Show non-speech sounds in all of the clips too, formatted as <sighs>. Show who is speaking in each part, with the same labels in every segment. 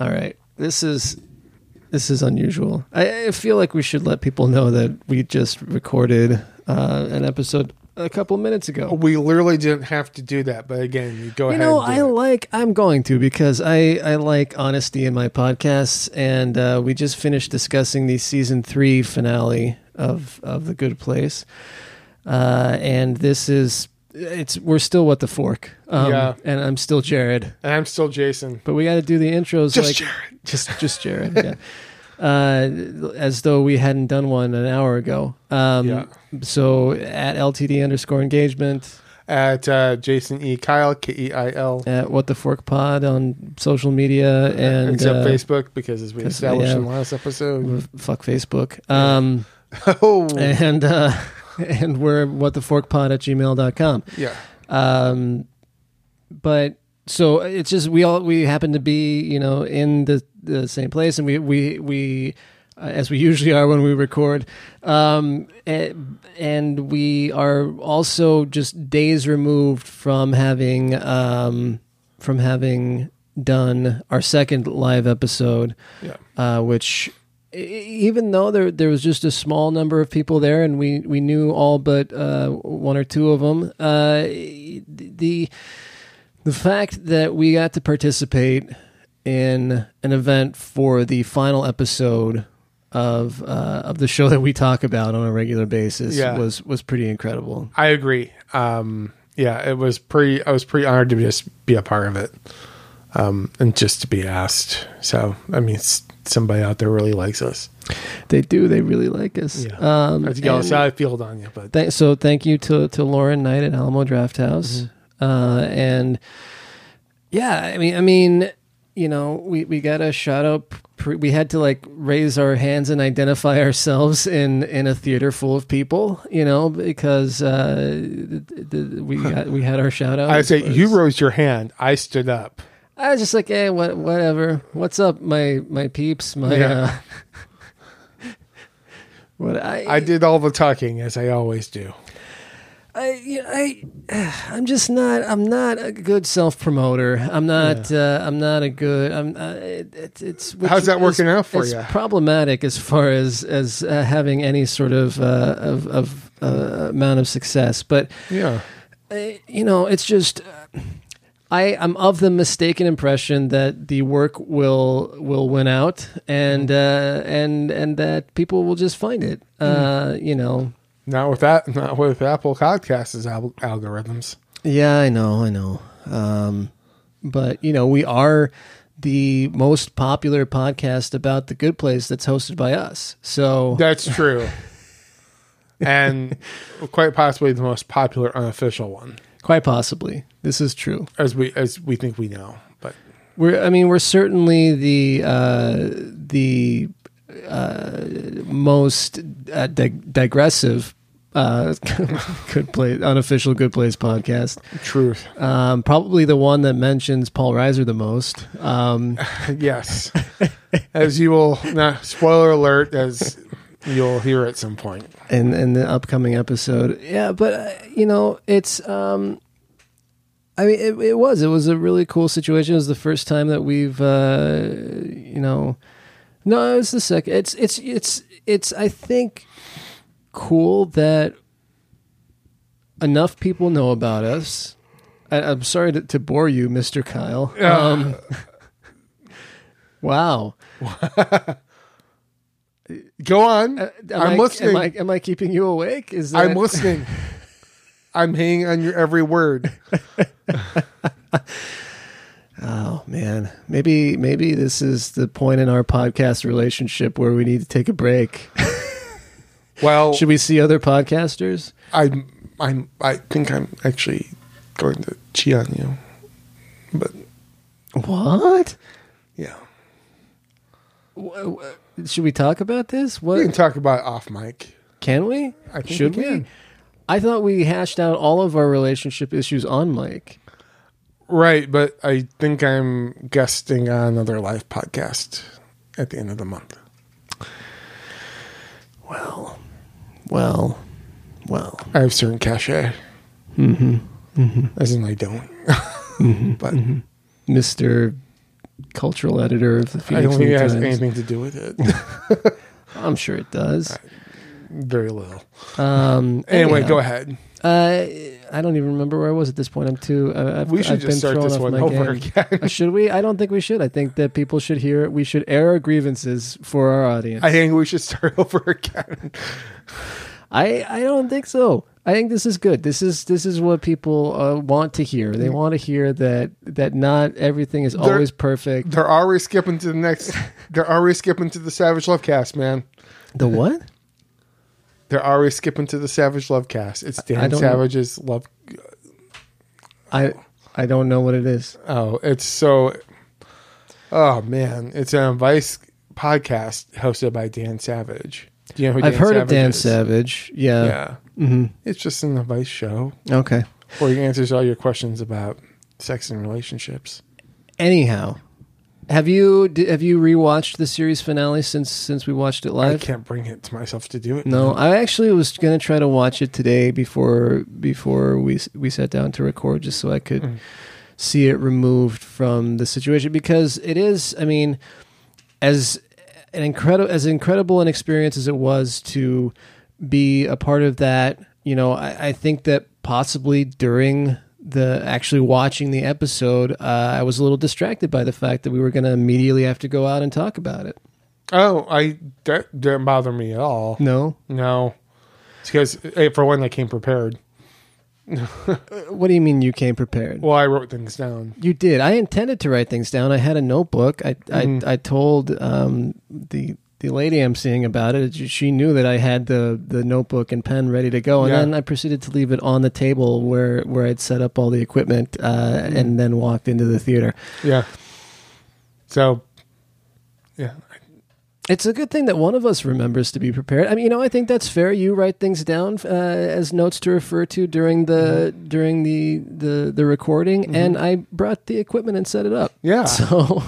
Speaker 1: All right. This is this is unusual. I, I feel like we should let people know that we just recorded uh, an episode a couple minutes ago.
Speaker 2: We literally didn't have to do that, but again, you Oh, go
Speaker 1: You
Speaker 2: ahead.
Speaker 1: know,
Speaker 2: and
Speaker 1: I
Speaker 2: do it.
Speaker 1: like I'm going to because I I like honesty in my podcasts, and uh, we just finished discussing the season three finale of of The Good Place, uh, and this is it's we're still what the fork, um,
Speaker 2: Yeah.
Speaker 1: and I'm still Jared.
Speaker 2: and I'm still Jason.
Speaker 1: But we got to do the intros
Speaker 2: Just
Speaker 1: like <laughs>
Speaker 2: Jared.
Speaker 1: just just Jared, yeah. <laughs> Uh, as though we hadn't done one an hour ago. Um,
Speaker 2: Yeah.
Speaker 1: So at LTD underscore engagement
Speaker 2: At uh, Jason E. Kyle, K E I L,
Speaker 1: at What the Fork Pod on social media and
Speaker 2: except
Speaker 1: uh,
Speaker 2: Facebook, because as we
Speaker 1: 'cause,
Speaker 2: established
Speaker 1: yeah. Mm.
Speaker 2: in the last episode.
Speaker 1: Fuck Facebook. Um,
Speaker 2: <laughs>
Speaker 1: <laughs>
Speaker 2: Oh,
Speaker 1: and uh, <laughs> and we're What the Fork Pod at gmail.com.
Speaker 2: yeah.
Speaker 1: um but so it's just we all we happen to be you know in the the same place and we we we uh, as we usually are when we record um and, and we are also just days removed from having um from having done our second live episode
Speaker 2: Yeah.
Speaker 1: uh, which e- even though there there was just a small number of people there, and we we knew all but uh, one or two of them, uh, the the fact that we got to participate in an event for the final episode of uh, of the show that we talk about on a regular basis
Speaker 2: Yeah.
Speaker 1: was was pretty incredible.
Speaker 2: I agree. Um, yeah, it was pretty. I was pretty honored to just be a part of it, um, and just to be asked. So I mean, s- somebody out there really likes us.
Speaker 1: They do. They really like us.
Speaker 2: Yeah.
Speaker 1: Um,
Speaker 2: I have to go
Speaker 1: and-
Speaker 2: outside field on you, but
Speaker 1: Th- so thank you to to Lauren Knight at Alamo Draft House,
Speaker 2: Mm-hmm.
Speaker 1: uh, and yeah, I mean, I mean, you know, we we got a shout out. Pre- we had to like raise our hands and identify ourselves in in a theater full of people, you know, because uh, the, the, we got we had our shout out.
Speaker 2: I say you rose your hand. I stood up.
Speaker 1: I was just like, hey, what, whatever. What's up, my my peeps, my.
Speaker 2: Yeah.
Speaker 1: Uh, <laughs> What I,
Speaker 2: I did all the talking as I always do.
Speaker 1: I, you know, I, <sighs> I'm just not. I'm not a good self promoter. I'm not. Uh, I'm not a good. I'm. Uh, it, it's- it's. which
Speaker 2: How's that
Speaker 1: is-
Speaker 2: working out for
Speaker 1: it's
Speaker 2: ya?
Speaker 1: Problematic as far as as uh, having any sort of uh, of of uh, amount of success, but
Speaker 2: Yeah.
Speaker 1: uh, you know, it's just uh, I I'm of the mistaken impression that the work will will win out and
Speaker 2: Mm.
Speaker 1: uh, and and that people will just find it. Uh, you know.
Speaker 2: Not with that. Not with Apple Podcasts' al- algorithms.
Speaker 1: Yeah, I know, I know. Um, but you know, we are the most popular podcast about the good place that's hosted by us. So
Speaker 2: That's true. <laughs> and quite possibly the most popular unofficial one,
Speaker 1: quite possibly, this is true.
Speaker 2: as we as we think we know. But
Speaker 1: We're, I mean, we're certainly the uh, the uh, most uh, dig- digressive. Uh, <laughs> good place, unofficial good place podcast.
Speaker 2: truth.
Speaker 1: Um, probably the one that mentions Paul Reiser the most. Um,
Speaker 2: <laughs> Yes. as you will nah, spoiler alert as you'll hear at some point.
Speaker 1: in in the upcoming episode. Yeah, but uh, you know, it's um I mean it, it was it was a really cool situation. It was the first time that we've uh you know no, it's the second. It's it's it's it's I think cool that enough people know about us. I, I'm sorry to, to bore you, Mr. Kyle. Um, <laughs> wow.
Speaker 2: Go on.
Speaker 1: Uh, am
Speaker 2: I'm
Speaker 1: I-
Speaker 2: listening.
Speaker 1: Am I, am I keeping you awake? Is that, <laughs>
Speaker 2: I'm listening. I'm hanging on your every word.
Speaker 1: Oh man, maybe maybe this is the point in our podcast relationship where we need to take a break.
Speaker 2: Well,
Speaker 1: Should we see other podcasters?
Speaker 2: I'm, I'm, I think I'm actually going to cheat on you. But
Speaker 1: What?
Speaker 2: yeah,
Speaker 1: Wh- wh- Should we talk about this?
Speaker 2: we can
Speaker 1: What
Speaker 2: talk about it off mic.
Speaker 1: can we?
Speaker 2: I think
Speaker 1: Should
Speaker 2: we
Speaker 1: we?
Speaker 2: can.
Speaker 1: I thought we hashed out all of our relationship issues on mic.
Speaker 2: Right, but I think I'm guesting on another live podcast at the end of the month.
Speaker 1: Well, well, well.
Speaker 2: I have certain cachet.
Speaker 1: Mm-hmm.
Speaker 2: Mm-hmm. As in, I don't. but
Speaker 1: Mister cultural editor of the
Speaker 2: I
Speaker 1: Phoenix
Speaker 2: don't think
Speaker 1: New
Speaker 2: it has
Speaker 1: Times.
Speaker 2: anything to do with it.
Speaker 1: I'm sure it does.
Speaker 2: <laughs> Very little.
Speaker 1: Um,
Speaker 2: Anyway,
Speaker 1: anyhow,
Speaker 2: go ahead.
Speaker 1: Uh, I don't even remember where I was at this point. I'm too. I, I've,
Speaker 2: We should
Speaker 1: I've been
Speaker 2: just start
Speaker 1: thrown
Speaker 2: this
Speaker 1: off
Speaker 2: one
Speaker 1: my
Speaker 2: over
Speaker 1: game.
Speaker 2: <laughs> again.
Speaker 1: Uh, should we? I don't think we should. I think that people should hear. We should air our grievances for our audience.
Speaker 2: I think we should start <laughs> over again.
Speaker 1: I, I don't think so. I think this is good. This is this is what people uh, want to hear. They
Speaker 2: Mm.
Speaker 1: want to hear that that not everything is always perfect.
Speaker 2: They're already skipping to the next. They're already skipping to the Savage Love cast, man.
Speaker 1: The what?
Speaker 2: They're already skipping to the Savage Love cast. It's
Speaker 1: I
Speaker 2: Dan
Speaker 1: don't-
Speaker 2: Savage's love.
Speaker 1: I I don't know what it is.
Speaker 2: Oh, it's so. Oh man, it's an advice podcast hosted by Dan Savage. Do you know who Dan
Speaker 1: I've heard of
Speaker 2: Savage
Speaker 1: Dan
Speaker 2: is?
Speaker 1: Savage. Yeah.
Speaker 2: Yeah,
Speaker 1: hmm
Speaker 2: it's just an advice show
Speaker 1: Okay.
Speaker 2: where he answers all your questions about sex and relationships.
Speaker 1: Anyhow, have you d- have you rewatched the series finale since since we watched it
Speaker 2: I
Speaker 1: live?
Speaker 2: can't bring it to myself to do it.
Speaker 1: No, I actually was gonna try to watch it today before before we s- we sat down to record, just so I could see it removed from the situation because it is. I mean, as an incredible as incredible an experience as it was to be a part of that, you know, I, I think that possibly during the actually watching the episode, uh, I was a little distracted by the fact that we were gonna immediately have to go out and talk about it.
Speaker 2: Oh, I that didn't bother me at all.
Speaker 1: No,
Speaker 2: No, it's because hey, for one, I came prepared.
Speaker 1: what do you mean you came prepared?
Speaker 2: Well, I wrote things down.
Speaker 1: You did. I intended to write things down. I had a notebook. I I, I told um, the the lady I'm seeing about it. She knew that I had the the notebook and pen ready to go, and
Speaker 2: Yeah.
Speaker 1: then I proceeded to leave it on the table where where I'd set up all the equipment, uh, and then walked into the theater.
Speaker 2: Yeah. So, yeah,
Speaker 1: It's a good thing that one of us remembers to be prepared. I mean, you know, I think that's fair. You write things down uh, as notes to refer to during the
Speaker 2: Mm-hmm.
Speaker 1: during the the the recording, and I brought the equipment and set it up.
Speaker 2: yeah.
Speaker 1: <laughs> So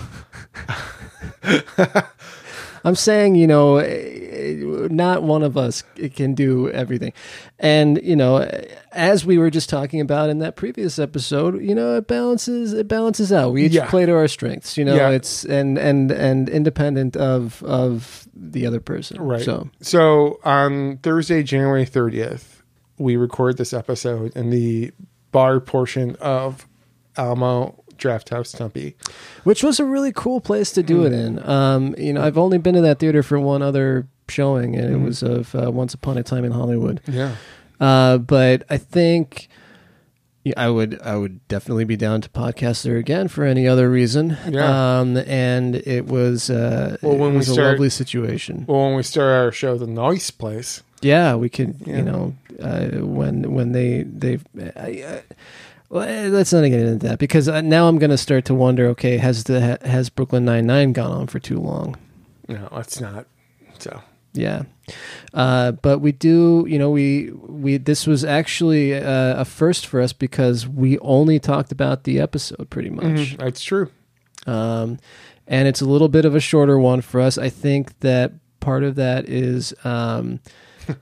Speaker 1: I'm saying, you know, eh, not one of us can do everything. And, you know, as we were just talking about in that previous episode, you know, it balances it balances out. We each
Speaker 2: Yeah.
Speaker 1: play to our strengths, you know,
Speaker 2: Yeah.
Speaker 1: it's and and and independent of of the other person.
Speaker 2: Right.
Speaker 1: So,
Speaker 2: So on Thursday, January 30th, we record this episode in the bar portion of Alamo Draft House Tumpy.
Speaker 1: which was a really cool place to do it
Speaker 2: Hmm.
Speaker 1: in. Um, you know, I've only been to that theater for one other showing and
Speaker 2: Hmm.
Speaker 1: it was of uh, Once Upon a Time in Hollywood.
Speaker 2: Yeah.
Speaker 1: Uh, but I think yeah, I would I would definitely be down to podcast there again for any other reason.
Speaker 2: Yeah.
Speaker 1: Um, and it was uh,
Speaker 2: Well, when
Speaker 1: it
Speaker 2: we
Speaker 1: was a
Speaker 2: start-
Speaker 1: lovely situation.
Speaker 2: Well, when we start our show, The Nice Place,
Speaker 1: Yeah, we could
Speaker 2: Yeah.
Speaker 1: you know uh, when when they they. I, I, well, eh, let's not get into that because uh, now I'm going to start to wonder. Okay, has the ha- has Brooklyn Nine Nine gone on for too long?
Speaker 2: no, it's not. So,
Speaker 1: Yeah. Uh, but we do, you know, we we this was actually uh, a first for us because we only talked about the episode pretty much.
Speaker 2: Mhm, that's true.
Speaker 1: Um, and it's a little bit of a shorter one for us. I think that part of that is um,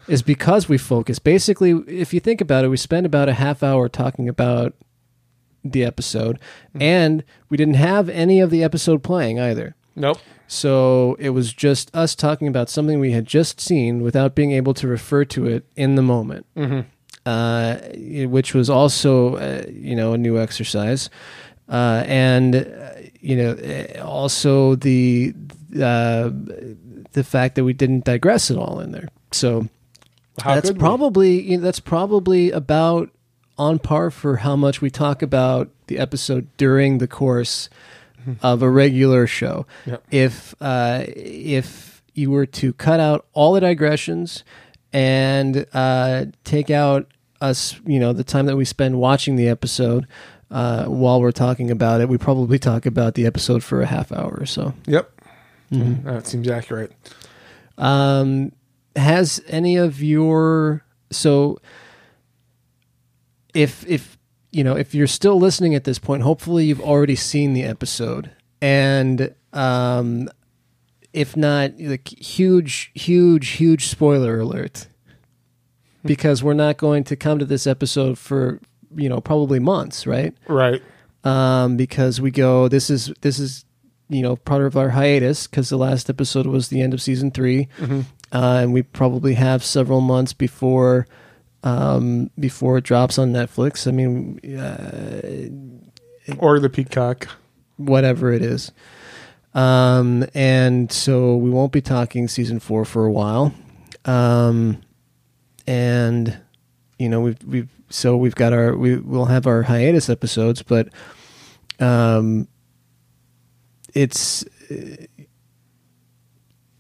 Speaker 1: is because we focus. Basically, if you think about it, we spend about a half hour talking about the episode, and we didn't have any of the episode playing either.
Speaker 2: Nope.
Speaker 1: So it was just us talking about something we had just seen without being able to refer to it in the moment,
Speaker 2: Mhm.
Speaker 1: uh, which was also, uh, you know, a new exercise. Uh, and, uh, you know, eh, also the, uh, the fact that we didn't digress at all in there. So
Speaker 2: How
Speaker 1: that's
Speaker 2: could we?
Speaker 1: probably you know, that's probably about on par for how much we talk about the episode during the course of a regular show.
Speaker 2: Hmm. Yep.
Speaker 1: If uh, if you were to cut out all the digressions and uh, take out us, you know, the time that we spend watching the episode uh, while we're talking about it, we probably talk about the episode for a half hour or so.
Speaker 2: Yep. Mm-hmm. That seems accurate.
Speaker 1: Um, has any of your so if if you know if you're still listening at this point, hopefully you've already seen the episode, and um, if not, like huge, huge, huge spoiler alert, because we're not going to come to this episode for you know probably months, right?
Speaker 2: Right.
Speaker 1: um, because we go this is this is you know part of our hiatus because the last episode was the end of season 3
Speaker 2: Mm-hmm.
Speaker 1: uh, and we probably have several months before um, before it drops on Netflix. I mean,
Speaker 2: or the peacock.
Speaker 1: whatever it is. Um, and so we won't be talking season four for a while. Um, and you know we've we've so we've got our we we'll have our hiatus episodes, but um, it's uh,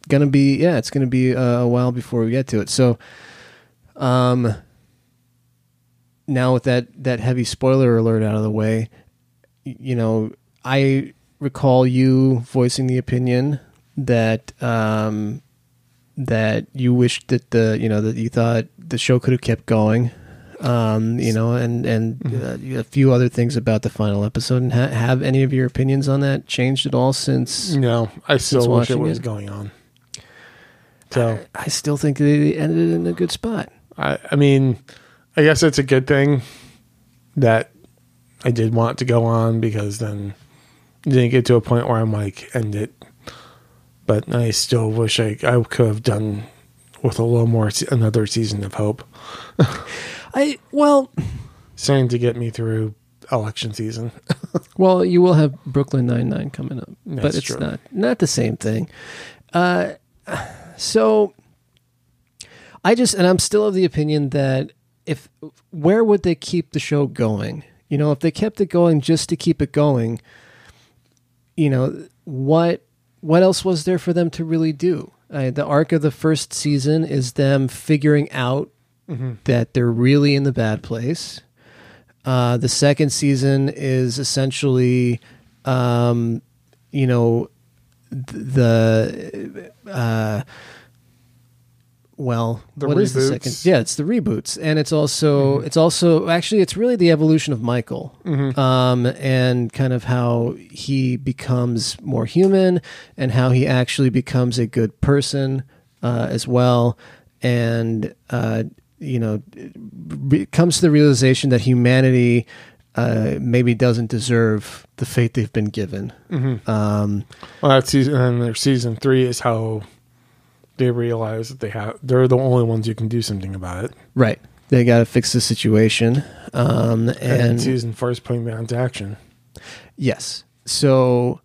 Speaker 1: gonna be yeah, it's gonna be uh, a while before we get to it. So, um, now with that that heavy spoiler alert out of the way, y- you know, I recall you voicing the opinion that um, that you wished that the you know that you thought the show could have kept going. Um, you know, and and uh, a few other things about the final episode. And ha- have any of your opinions on that changed at all since?
Speaker 2: No, I still wish it
Speaker 1: watching
Speaker 2: was
Speaker 1: it.
Speaker 2: going on. So
Speaker 1: I still think they ended in a good spot.
Speaker 2: I, I mean, I guess it's a good thing that I did want to go on because then it didn't get to a point where I'm like, end it. But I still wish I, I could have done with a little more se- another season of hope,
Speaker 1: I well,
Speaker 2: something to get me through election season.
Speaker 1: Well, you will have Brooklyn Nine Nine coming up, but
Speaker 2: That's
Speaker 1: it's
Speaker 2: true.
Speaker 1: not not the same thing. Uh, so, I just and I'm still of the opinion that if where would they keep the show going? You know, if they kept it going just to keep it going, you know what what else was there for them to really do? Uh, the arc of the first season is them figuring out
Speaker 2: Mm-hmm.
Speaker 1: that they're really in the bad place. Uh, the second season is essentially, um, you know, th- the uh, well,
Speaker 2: The
Speaker 1: what is the
Speaker 2: reboots. Mm-hmm.
Speaker 1: second? Yeah, it's the reboots, and it's also it's also actually it's really the evolution of Michael, um, and kind of how he becomes more human, and how he actually becomes a good person uh, as well, and uh, you know re- comes to the realization that humanity uh, maybe doesn't deserve the fate they've been given. Um,
Speaker 2: Well, that's season, and their season three is how they realize that they have, they're the only ones who can do something about it.
Speaker 1: right. They got to fix the situation. Um,
Speaker 2: And,
Speaker 1: and
Speaker 2: season four is putting them into action.
Speaker 1: yes. So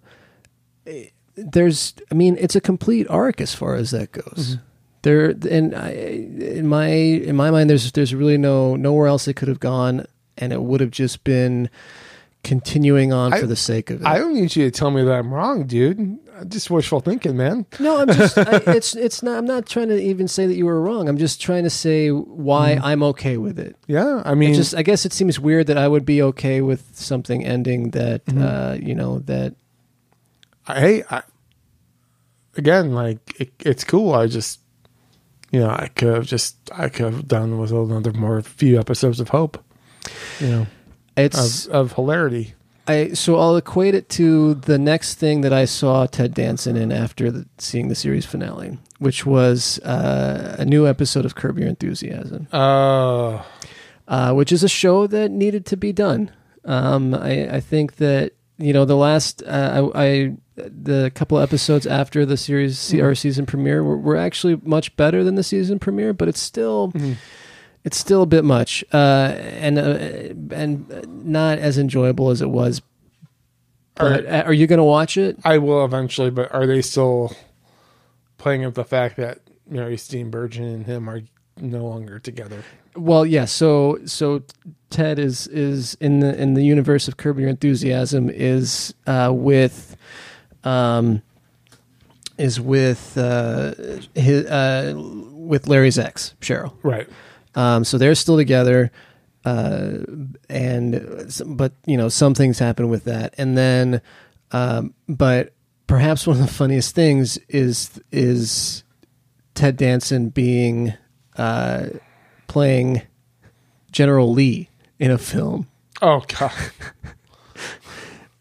Speaker 1: eh, there's, I mean, it's a complete arc as far as that goes.
Speaker 2: Mm-hmm.
Speaker 1: There and I, in my in my mind, there's there's really no nowhere else it could have gone, and it would have just been continuing on
Speaker 2: I-
Speaker 1: for the sake of it.
Speaker 2: I don't need you to tell me that I'm wrong, dude. I Just wishful thinking, man.
Speaker 1: No, I'm just. I, it's it's not. I'm not trying to even say that you were wrong. I'm just trying to say why
Speaker 2: Mm-hmm.
Speaker 1: I'm okay with it.
Speaker 2: Yeah, I
Speaker 1: It
Speaker 2: mean,
Speaker 1: just I guess it seems weird that I would be okay with something ending that
Speaker 2: Mm-hmm.
Speaker 1: uh, you know that
Speaker 2: I, hey, I, again, like it, it's cool. I just, you know, I could have just, I could have done with another more few episodes of hope, you know,
Speaker 1: it's.
Speaker 2: of, of hilarity.
Speaker 1: I so I'll equate it to the next thing that I saw Ted Danson in after the, seeing the series finale, which was uh, a new episode of Curb Your Enthusiasm.
Speaker 2: Oh,
Speaker 1: uh, which is a show that needed to be done. Um, I, I think that you know the last uh, I, I the couple episodes after the series our season premiere were, were actually much better than the season premiere, but it's still it's still a bit much uh, and uh, and not as enjoyable as it was. But uh, are, are you going to watch it?
Speaker 2: I will eventually, but are they still playing up the fact that Mary Steenburgen and him are no longer together?
Speaker 1: Well, yeah. So so Ted is is in the in the universe of Curb Your Enthusiasm is uh, with um is with uh, his, uh with Larry's ex Cheryl.
Speaker 2: Right.
Speaker 1: Um, so they're still together, uh, and s- but you know some things happen with that, and then um, but perhaps one of the funniest things is is Ted Danson being uh, playing General Lee in a film, <laughs>
Speaker 2: Oh God. <laughs>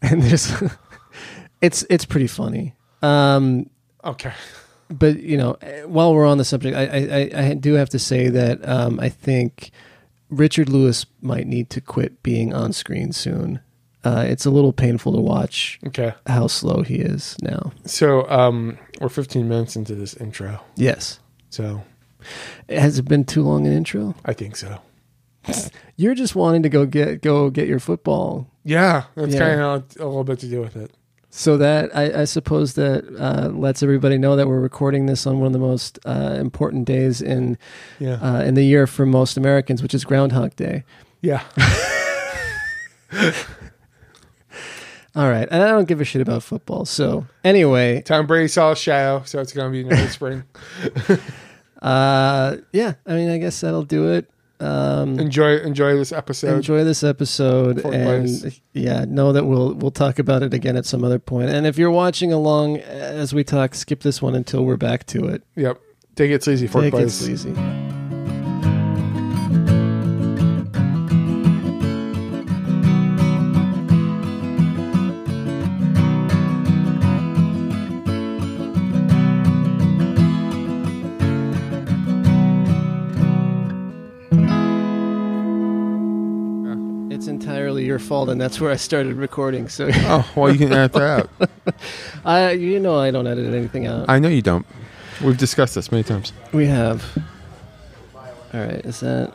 Speaker 1: and there's <laughs> it's it's pretty funny. Um,
Speaker 2: Okay.
Speaker 1: but you know, eh, while we're on the subject, I I- I, I do have to say that um, I think Richard Lewis might need to quit being on screen soon. uh, it's a little painful to watch
Speaker 3: Okay.
Speaker 1: how slow he is now.
Speaker 3: So um, we're 15 minutes into this intro.
Speaker 1: Yes.
Speaker 3: So
Speaker 1: Has it been too long an intro?
Speaker 3: I think so.
Speaker 1: You're just wanting to go get go get your football.
Speaker 3: Yeah. That's
Speaker 1: Yeah.
Speaker 3: kind of a little bit to do with it.
Speaker 1: So that I, I suppose that uh, lets everybody know that we're recording this on one of the most uh, important days in
Speaker 3: Yeah.
Speaker 1: uh, in the year for most Americans, which is Groundhog Day.
Speaker 3: yeah.
Speaker 1: All right, and I don't give a shit about football. So anyway,
Speaker 3: Tom Brady saw a shadow, so it's going to be another
Speaker 1: <laughs>
Speaker 3: spring.
Speaker 1: uh, yeah, I mean, I guess that'll do it. Um,
Speaker 3: Enjoy enjoy this episode.
Speaker 1: enjoy this episode,
Speaker 3: Fort
Speaker 1: and
Speaker 3: Myers.
Speaker 1: yeah, know that we'll we'll talk about it again at some other point. And if you're watching along as we talk, skip this one until we're back to it.
Speaker 3: Yep. Take it sleazy, Fort
Speaker 1: Take it
Speaker 3: Boys.
Speaker 1: sleazy. It's entirely your fault, and that's where I started recording. So <laughs>
Speaker 2: Oh, well, you can edit that out.
Speaker 1: I, you know, I don't edit anything out.
Speaker 2: I know you don't. We've discussed this many times.
Speaker 1: We have. All right, is that.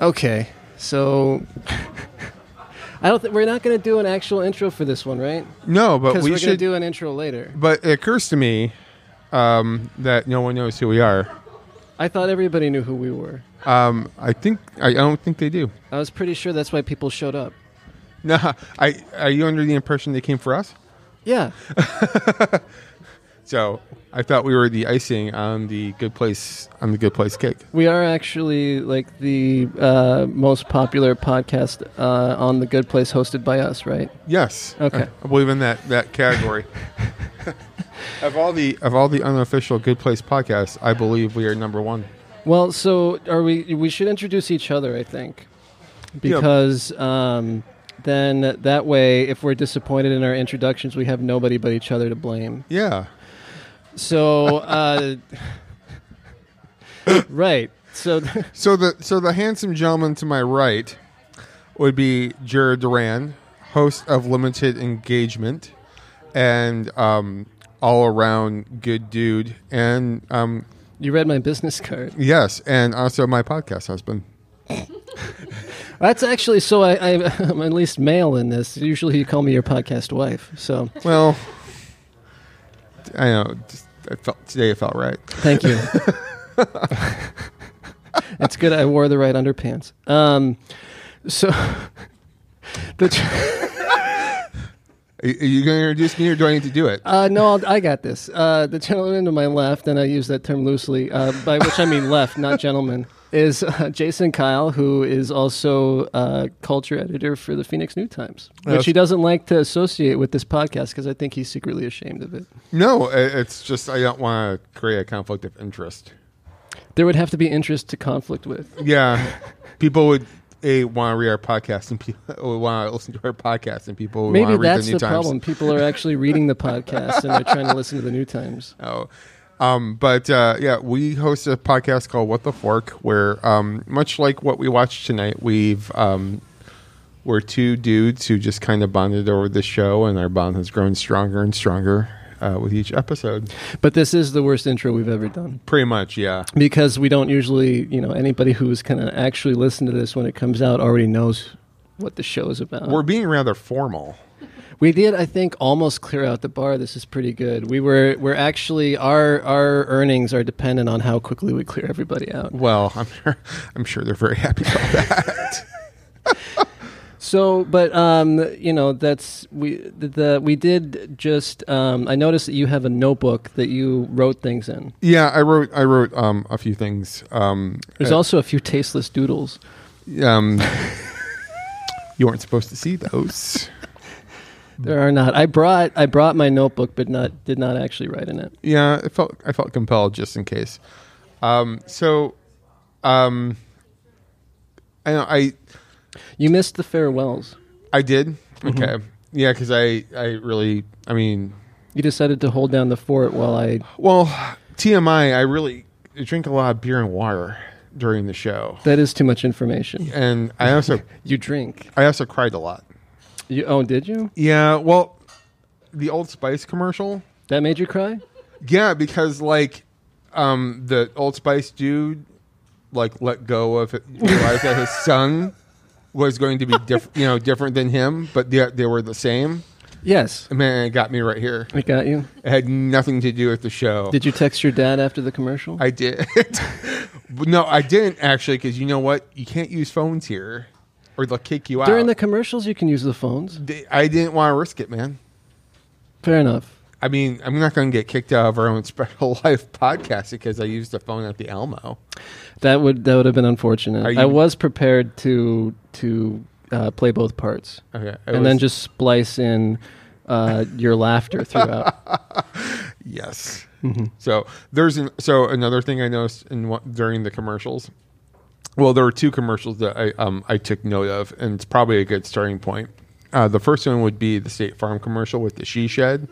Speaker 1: Okay, so. <laughs> I don't think we're not going to do an actual intro for this one, right?
Speaker 2: No, but
Speaker 1: Because
Speaker 2: we
Speaker 1: are going to
Speaker 2: should.
Speaker 1: do an intro later.
Speaker 2: but it occurs to me um, that no one knows who we are.
Speaker 1: I thought everybody knew who we were.
Speaker 2: Um, I think I, I don't think they do. <laughs>
Speaker 1: I was pretty sure that's why people showed up.
Speaker 2: Nah, I are you under the impression they came for us?
Speaker 1: Yeah.
Speaker 2: So I thought we were the icing on the good place on the good place cake.
Speaker 1: We are actually like the uh, most popular podcast uh, on the Good Place hosted by us, right?
Speaker 2: Yes.
Speaker 1: Okay.
Speaker 2: I, I believe in that that category. of all the of all the unofficial good place podcasts, I believe we are number one.
Speaker 1: Well, so are we? We should introduce each other, I think, because um, then that way, if we're disappointed in our introductions, we have nobody but each other to blame.
Speaker 2: Yeah.
Speaker 1: So, uh, right. So, <laughs>
Speaker 2: So the so the handsome gentleman to my right would be Jared Duran, host of Limited Engagement, and um, all around good dude, and um,
Speaker 1: you read my business card.
Speaker 2: yes, and also my podcast husband.
Speaker 1: That's actually so. I, I, I'm at least male in this. Usually, you call me your podcast wife. So,
Speaker 2: Well, I know. Just, I felt today. It felt right.
Speaker 1: thank you. That's good. I wore the right underpants. Um, so, <laughs> the.
Speaker 2: Are, are you going to introduce me, or do I need to do it?
Speaker 1: Uh, no, I'll, I got this. Uh, the gentleman to my left, and I use that term loosely, uh, by which I mean <laughs> left, not gentleman, is uh, Jason Kyle, who is also uh, culture editor for the Phoenix New Times, which
Speaker 2: Yes.
Speaker 1: he doesn't like to associate with this podcast because I think he's secretly ashamed of it.
Speaker 2: No, i- it's just I don't want to create a conflict of interest.
Speaker 1: There would have to be interest to conflict with.
Speaker 2: Yeah, <laughs> people would a want to read our podcast <laughs> and people would want to listen to our podcast and people would want
Speaker 1: Maybe
Speaker 2: to read
Speaker 1: that's
Speaker 2: the
Speaker 1: the,
Speaker 2: New Times.
Speaker 1: problem. People are actually reading
Speaker 2: <laughs>
Speaker 1: the podcast and they're trying to listen to the New Times.
Speaker 2: Oh, um, but uh, yeah, we host a podcast called What the Fork, where um, much like what we watched tonight, we've um, we're two dudes who just kind of bonded over the show, and our bond has grown stronger and stronger. Uh, with each episode,
Speaker 1: But this is the worst intro we've ever done.
Speaker 2: pretty much, yeah,
Speaker 1: Because we don't usually, you know, anybody who's going to actually listen to this when it comes out already knows what the show is about.
Speaker 2: we're being rather formal.
Speaker 1: We did, I think, almost clear out the bar. This is pretty good. We were we're actually our our earnings are dependent on how quickly we clear everybody out.
Speaker 2: Well, I'm <laughs> sure, I'm sure they're very happy about that.
Speaker 1: So, but um, you know, that's we the, the we did just um, I noticed that you have a notebook that you wrote things in.
Speaker 2: yeah, I wrote, I wrote um, a few things. Um,
Speaker 1: There's also a few tasteless doodles.
Speaker 2: um, <laughs> you weren't supposed to see those.
Speaker 1: There are not. I brought I brought my notebook, but not did not actually write in it.
Speaker 2: Yeah, I felt I felt compelled just in case. Um, so, um, I know I
Speaker 1: You missed the farewells.
Speaker 2: I did okay. Yeah, because I I really I mean
Speaker 1: You decided to hold down the fort while I
Speaker 2: well TMI I really drink a lot of beer and water during the show,
Speaker 1: That is too much information.
Speaker 2: and I also
Speaker 1: You drink.
Speaker 2: I also cried a lot.
Speaker 1: You oh, did you?
Speaker 2: Yeah, well, the Old Spice commercial.
Speaker 1: That made you cry?
Speaker 2: Yeah, because like um the Old Spice dude like let go of it, realized
Speaker 1: <laughs>
Speaker 2: that his son was going to be different, you know, different than him, but they, they were the same.
Speaker 1: Yes.
Speaker 2: Man, it got me right here.
Speaker 1: I got you.
Speaker 2: It had nothing to do with the show.
Speaker 1: Did you text your dad after the commercial?
Speaker 2: I did. <laughs> But no, I didn't actually because you know what? You can't use phones here, or they'll kick you
Speaker 1: During the
Speaker 2: out.
Speaker 1: commercials, you can use the phones.
Speaker 2: During the, I didn't want to risk it, man.
Speaker 1: Fair enough.
Speaker 2: I mean, I'm not going to get kicked out of our own <laughs> special life podcast because I used the phone at the Almo.
Speaker 1: That would that would have been unfortunate.
Speaker 2: Are you-
Speaker 1: I was prepared to to uh, play both parts
Speaker 2: Okay, I
Speaker 1: and then
Speaker 2: was-
Speaker 1: just splice in uh, your laughter throughout.
Speaker 2: <laughs> Yes.
Speaker 1: Mm-hmm.
Speaker 2: So there's an, so another thing I noticed in one, during the commercials. Well, there were two commercials that I um, I took note of, and it's probably a good starting point. Uh, the first one would be the State Farm commercial with the she shed.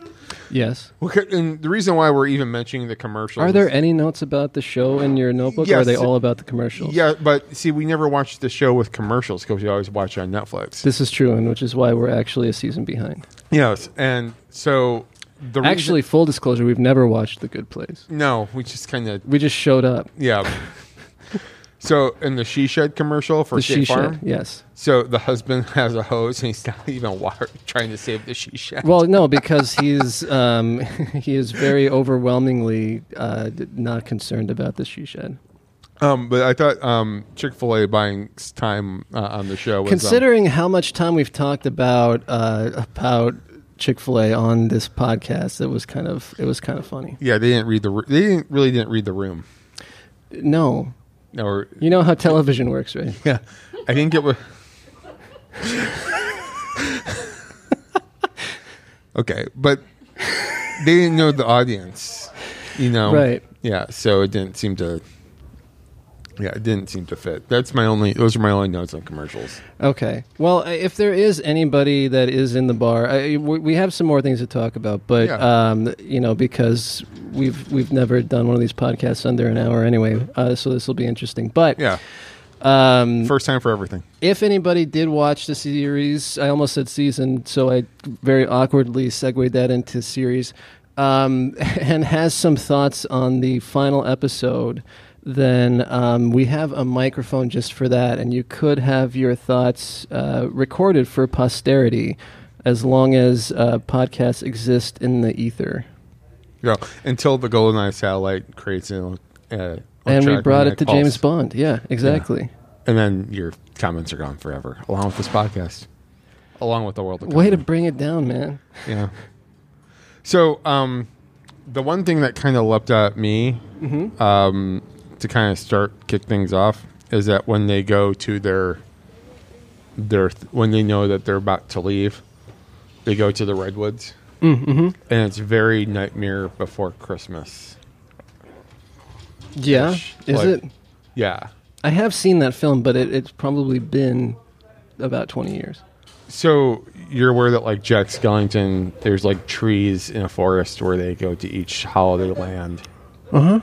Speaker 1: yes.
Speaker 2: Well, c- and the reason why we're even mentioning the commercials,
Speaker 1: Are there any notes about the show in your notebook? or are
Speaker 2: Yes.
Speaker 1: they all about the commercials?
Speaker 2: Yeah, but see, we never watched the show with commercials because we always watch it on Netflix.
Speaker 1: This is true, and which is why we're actually a season behind.
Speaker 2: yes, and so the reason-
Speaker 1: Actually, full disclosure, we've never watched The Good Place.
Speaker 2: no, we just kind of
Speaker 1: We just showed up.
Speaker 2: yeah. so in the she shed commercial for
Speaker 1: The
Speaker 2: State
Speaker 1: she
Speaker 2: Farm,
Speaker 1: shed. Yes.
Speaker 2: So the husband <laughs> has a hose and he's not even water trying to save the she shed.
Speaker 1: Well, no, because he's um, <laughs> he is very overwhelmingly uh, d- not concerned about the she shed.
Speaker 2: Um, but I thought um, Chick Fil A buying s- time uh, on the show was um,
Speaker 1: Considering how much time we've talked about uh, about Chick Fil A on this podcast, it was kind of it was kind of funny.
Speaker 2: yeah, they didn't read the. ru- They didn't really didn't read the room.
Speaker 1: No,
Speaker 2: Or <laughs>
Speaker 1: you know how television works, right?
Speaker 2: yeah, I think it was. <laughs> okay, but they didn't know the audience. You know,
Speaker 1: Right.
Speaker 2: Yeah, so it didn't seem to. Yeah, it didn't seem to fit. That's my only. Those are my only notes on commercials.
Speaker 1: Okay. Well, I- if there is anybody that is in the bar, I, we we have some more things to talk about, but
Speaker 2: Yeah.
Speaker 1: um, you know, because we've we've never done one of these podcasts under an hour anyway, uh, so this will be interesting. But
Speaker 2: Yeah,
Speaker 1: um,
Speaker 2: first time for everything.
Speaker 1: if anybody did watch the series, I almost said season, so I very awkwardly segued that into series, um, <laughs> and has some thoughts on the final episode, then um, we have a microphone just for that, and you could have your thoughts uh, recorded for posterity as long as uh, podcasts exist in the ether.
Speaker 2: Yeah, until the GoldenEye satellite creates an. Uh,
Speaker 1: And we
Speaker 2: electromagnetic
Speaker 1: brought it to
Speaker 2: pulse.
Speaker 1: James Bond. Yeah, exactly.
Speaker 2: And then your comments are gone forever, along with this podcast, along with the world. Of
Speaker 1: Way to bring it down, man.
Speaker 2: yeah. So, um, the one thing that kind of leapt at me um, to kind of start kick things off is that when they go to their their when they know that they're about to leave, they go to the redwoods, mm-hmm. and it's very Nightmare Before Christmas.
Speaker 1: Yeah,
Speaker 2: Ish.
Speaker 1: is it?
Speaker 2: Like- Yeah.
Speaker 1: I have seen that film, but it, it's probably been about 20 years.
Speaker 2: So you're aware that like Jack Skellington, there's like trees in a forest where they go to each holiday land. Uh huh.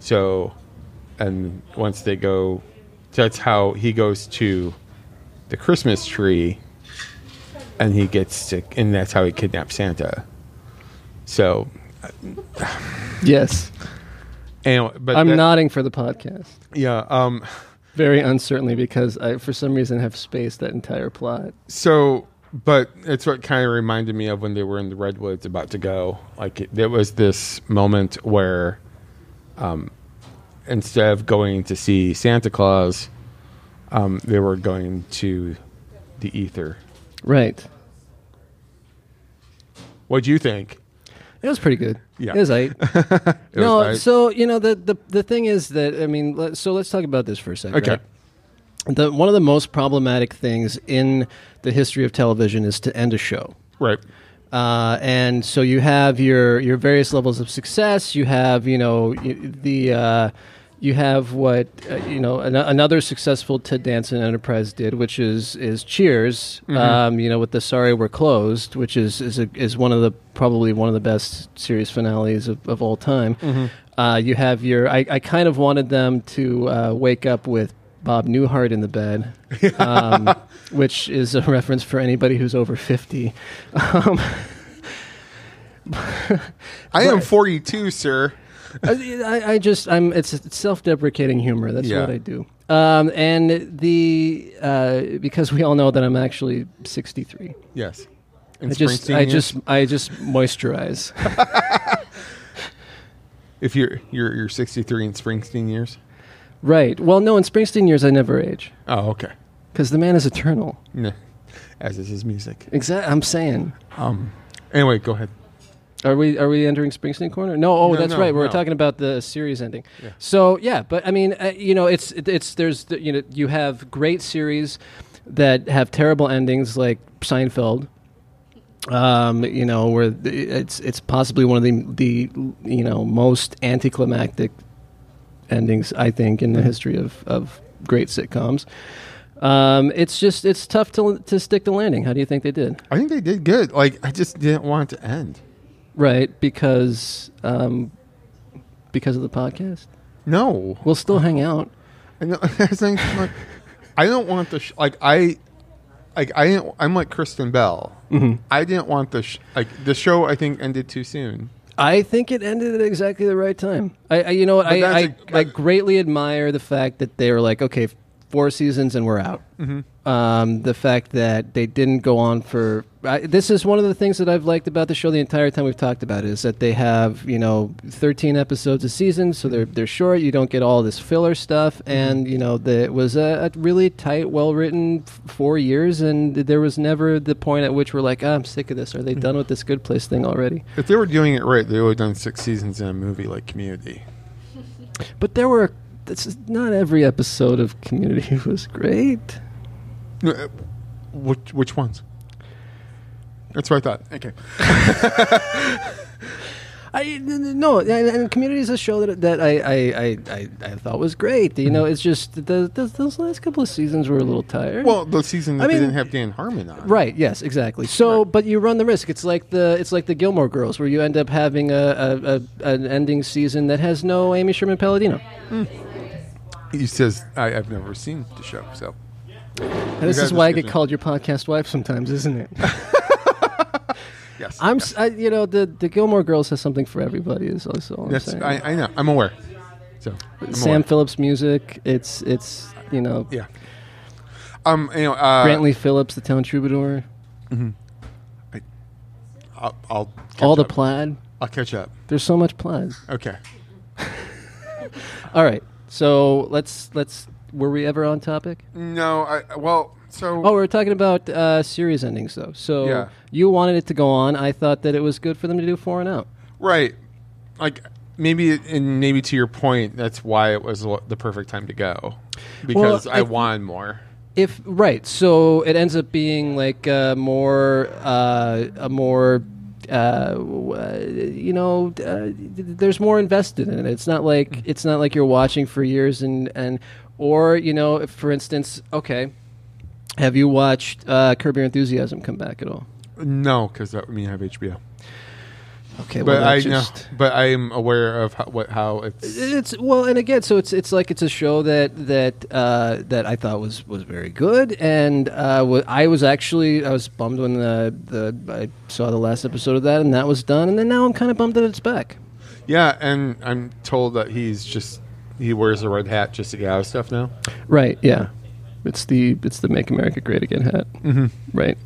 Speaker 2: So, and once they go, that's how he goes to the Christmas tree, and he gets to, and that's how he kidnaps Santa. So,
Speaker 1: Yes.
Speaker 2: anyway, but
Speaker 1: I'm
Speaker 2: that-
Speaker 1: nodding for the podcast.
Speaker 2: Yeah. Um.
Speaker 1: Very uncertainly because I, for some reason, have spaced that entire plot.
Speaker 2: So, but it's what kind of reminded me of when they were in the redwoods about to go. Like it, there was this moment where, um, instead of going to see Santa Claus, um, they were going to the ether.
Speaker 1: Right.
Speaker 2: What do you think?
Speaker 1: It was pretty good.
Speaker 2: Yeah.
Speaker 1: It was aight.
Speaker 2: <laughs> It
Speaker 1: no,
Speaker 2: was- I-
Speaker 1: so, you know, the, the, the thing is that, I mean, let, so let's talk about this for a second.
Speaker 2: okay.
Speaker 1: right? The, one of the most problematic things in the history of television is to end a show.
Speaker 2: Right.
Speaker 1: Uh, and so you have your your various levels of success. You have you know y- the uh, you have what uh, you know an- another successful Ted Danson enterprise did, which is is Cheers. Um, you know with the Sorry We're Closed, which is is a, is one of the probably one of the best series finales of, of all time. Uh, you have your. I, I kind of wanted them to uh, wake up with Bob Newhart in the bed, um, which is a reference for anybody who's over fifty. <laughs> Um,
Speaker 2: I am 42, sir.
Speaker 1: <laughs> I, I- I just I'm it's it's self-deprecating humor. That's
Speaker 2: Yeah.
Speaker 1: what I do. Um, and the uh, because we all know that I'm actually 63.
Speaker 2: Yes.
Speaker 1: I just I just I just moisturize. <laughs>
Speaker 2: if you're you're you're 63 in Springsteen years.
Speaker 1: right. Well, no, in Springsteen years I never age
Speaker 2: Oh, okay.
Speaker 1: because the man is eternal.
Speaker 2: Yeah. As is his music.
Speaker 1: Exactly. I'm saying.
Speaker 2: Um. Anyway, go ahead.
Speaker 1: Are we are we entering Springsteen corner? No. Oh,
Speaker 2: No,
Speaker 1: that's
Speaker 2: no,
Speaker 1: right. We're
Speaker 2: no.
Speaker 1: talking about the series ending.
Speaker 2: Yeah.
Speaker 1: So yeah, but I mean, uh, you know, it's it- it's there's the, you know you have great series that have terrible endings like Seinfeld. Um, you know, where th- it's it's possibly one of the the you know most anticlimactic endings I think in the history of of great sitcoms. Um, it's just it's tough to to stick the landing. How do you think they did?
Speaker 2: I think they did good. Like I just didn't want it to end.
Speaker 1: Right, because um, because of the podcast,
Speaker 2: No.
Speaker 1: we'll still hang out.
Speaker 2: I know- <laughs> it's like- like, I don't want the sh- like I like I didn't, I'm like Kristen Bell.
Speaker 1: Mm-hmm.
Speaker 2: I didn't want the sh- like the show. I think ended too soon.
Speaker 1: I think it ended at exactly the right time. I, I you know what
Speaker 2: But
Speaker 1: I I
Speaker 2: that's a-
Speaker 1: I greatly admire the fact that they were like, okay, four seasons and we're out.
Speaker 2: Mm-hmm.
Speaker 1: Um, the fact that they didn't go on for I, this is one of the things that I've liked about the show the entire time we've talked about it, is that they have you know thirteen episodes a season, so they're they're short. You don't get all this filler stuff,
Speaker 2: Mm-hmm.
Speaker 1: and you know the, it was a, a really tight, well written f- four years, and there was never the point at which we're like, ah, I'm sick of this. Are they
Speaker 2: Mm-hmm.
Speaker 1: done with this good place thing already?
Speaker 2: If they were doing it right, they would have done six seasons in a movie like Community.
Speaker 1: But there were. This is not every episode of Community <laughs> was great.
Speaker 2: No, uh, Which which ones? That's what I thought. Okay.
Speaker 1: I n- n- no, and, and Community is a show that that I I, I, I, I thought was great. You know, it's just the, the, those last couple of seasons were a little tired.
Speaker 2: Well, the season that
Speaker 1: I
Speaker 2: they
Speaker 1: mean-
Speaker 2: didn't have Dan Harmon on.
Speaker 1: Right. Yes. Exactly. So,
Speaker 2: Right.
Speaker 1: but you run the risk. It's like the it's like the Gilmore Girls, where you end up having a, a, a an ending season that has no Amy Sherman Palladino.
Speaker 2: He says I, I've never seen the show, so
Speaker 1: And this
Speaker 2: guys
Speaker 1: is why I
Speaker 2: excuse
Speaker 1: get
Speaker 2: me.
Speaker 1: called your podcast wife sometimes, isn't
Speaker 2: <laughs>
Speaker 1: it?
Speaker 2: yes.
Speaker 1: I'm s- I, you know the the Gilmore Girls has something for everybody. Is also all I'm
Speaker 2: That's
Speaker 1: saying.
Speaker 2: I, I know. I'm aware. So I'm
Speaker 1: Sam
Speaker 2: aware.
Speaker 1: Phillips music. It's it's you know
Speaker 2: Yeah. Um. You know. Uh,
Speaker 1: Brantley Phillips, the town troubadour,
Speaker 2: I'll, I'll catch
Speaker 1: all the
Speaker 2: up.
Speaker 1: plaid.
Speaker 2: I'll catch up.
Speaker 1: There's so much plaid.
Speaker 2: Okay.
Speaker 1: All right, so let's let's. Were we ever on topic?
Speaker 2: No. I well. So.
Speaker 1: Oh, we were talking about uh, series endings though. So
Speaker 2: Yeah.
Speaker 1: you wanted it to go on. I thought that it was good for them to do four and out.
Speaker 2: Right. Like maybe and maybe to your point, that's why it was lo- the perfect time to go because I,
Speaker 1: I-
Speaker 2: wanted more.
Speaker 1: If right, so it ends up being like uh, more uh, a more. Uh, w- uh, you know, uh, th- there's more invested in it. It's not like it's not like you're watching for years and and or you know, if, for instance, okay, have you watched uh, Curb Your Enthusiasm come back at all?
Speaker 2: No, because that would mean I have HBO.
Speaker 1: Okay,
Speaker 2: But
Speaker 1: well,
Speaker 2: I
Speaker 1: that's just,
Speaker 2: know. But I am aware of how, what how it's.
Speaker 1: It's well, and again, so it's it's like it's a show that that uh, that I thought was was very good, and uh, wa- I was actually I was bummed when the the I saw the last episode of that, and that was done, and then now I'm kind of bummed that it's back.
Speaker 2: Yeah, and I'm told that he's just he wears a red hat just to get out of stuff now.
Speaker 1: Right? Yeah, it's the it's the Make America Great Again hat. Mm-hmm. Right.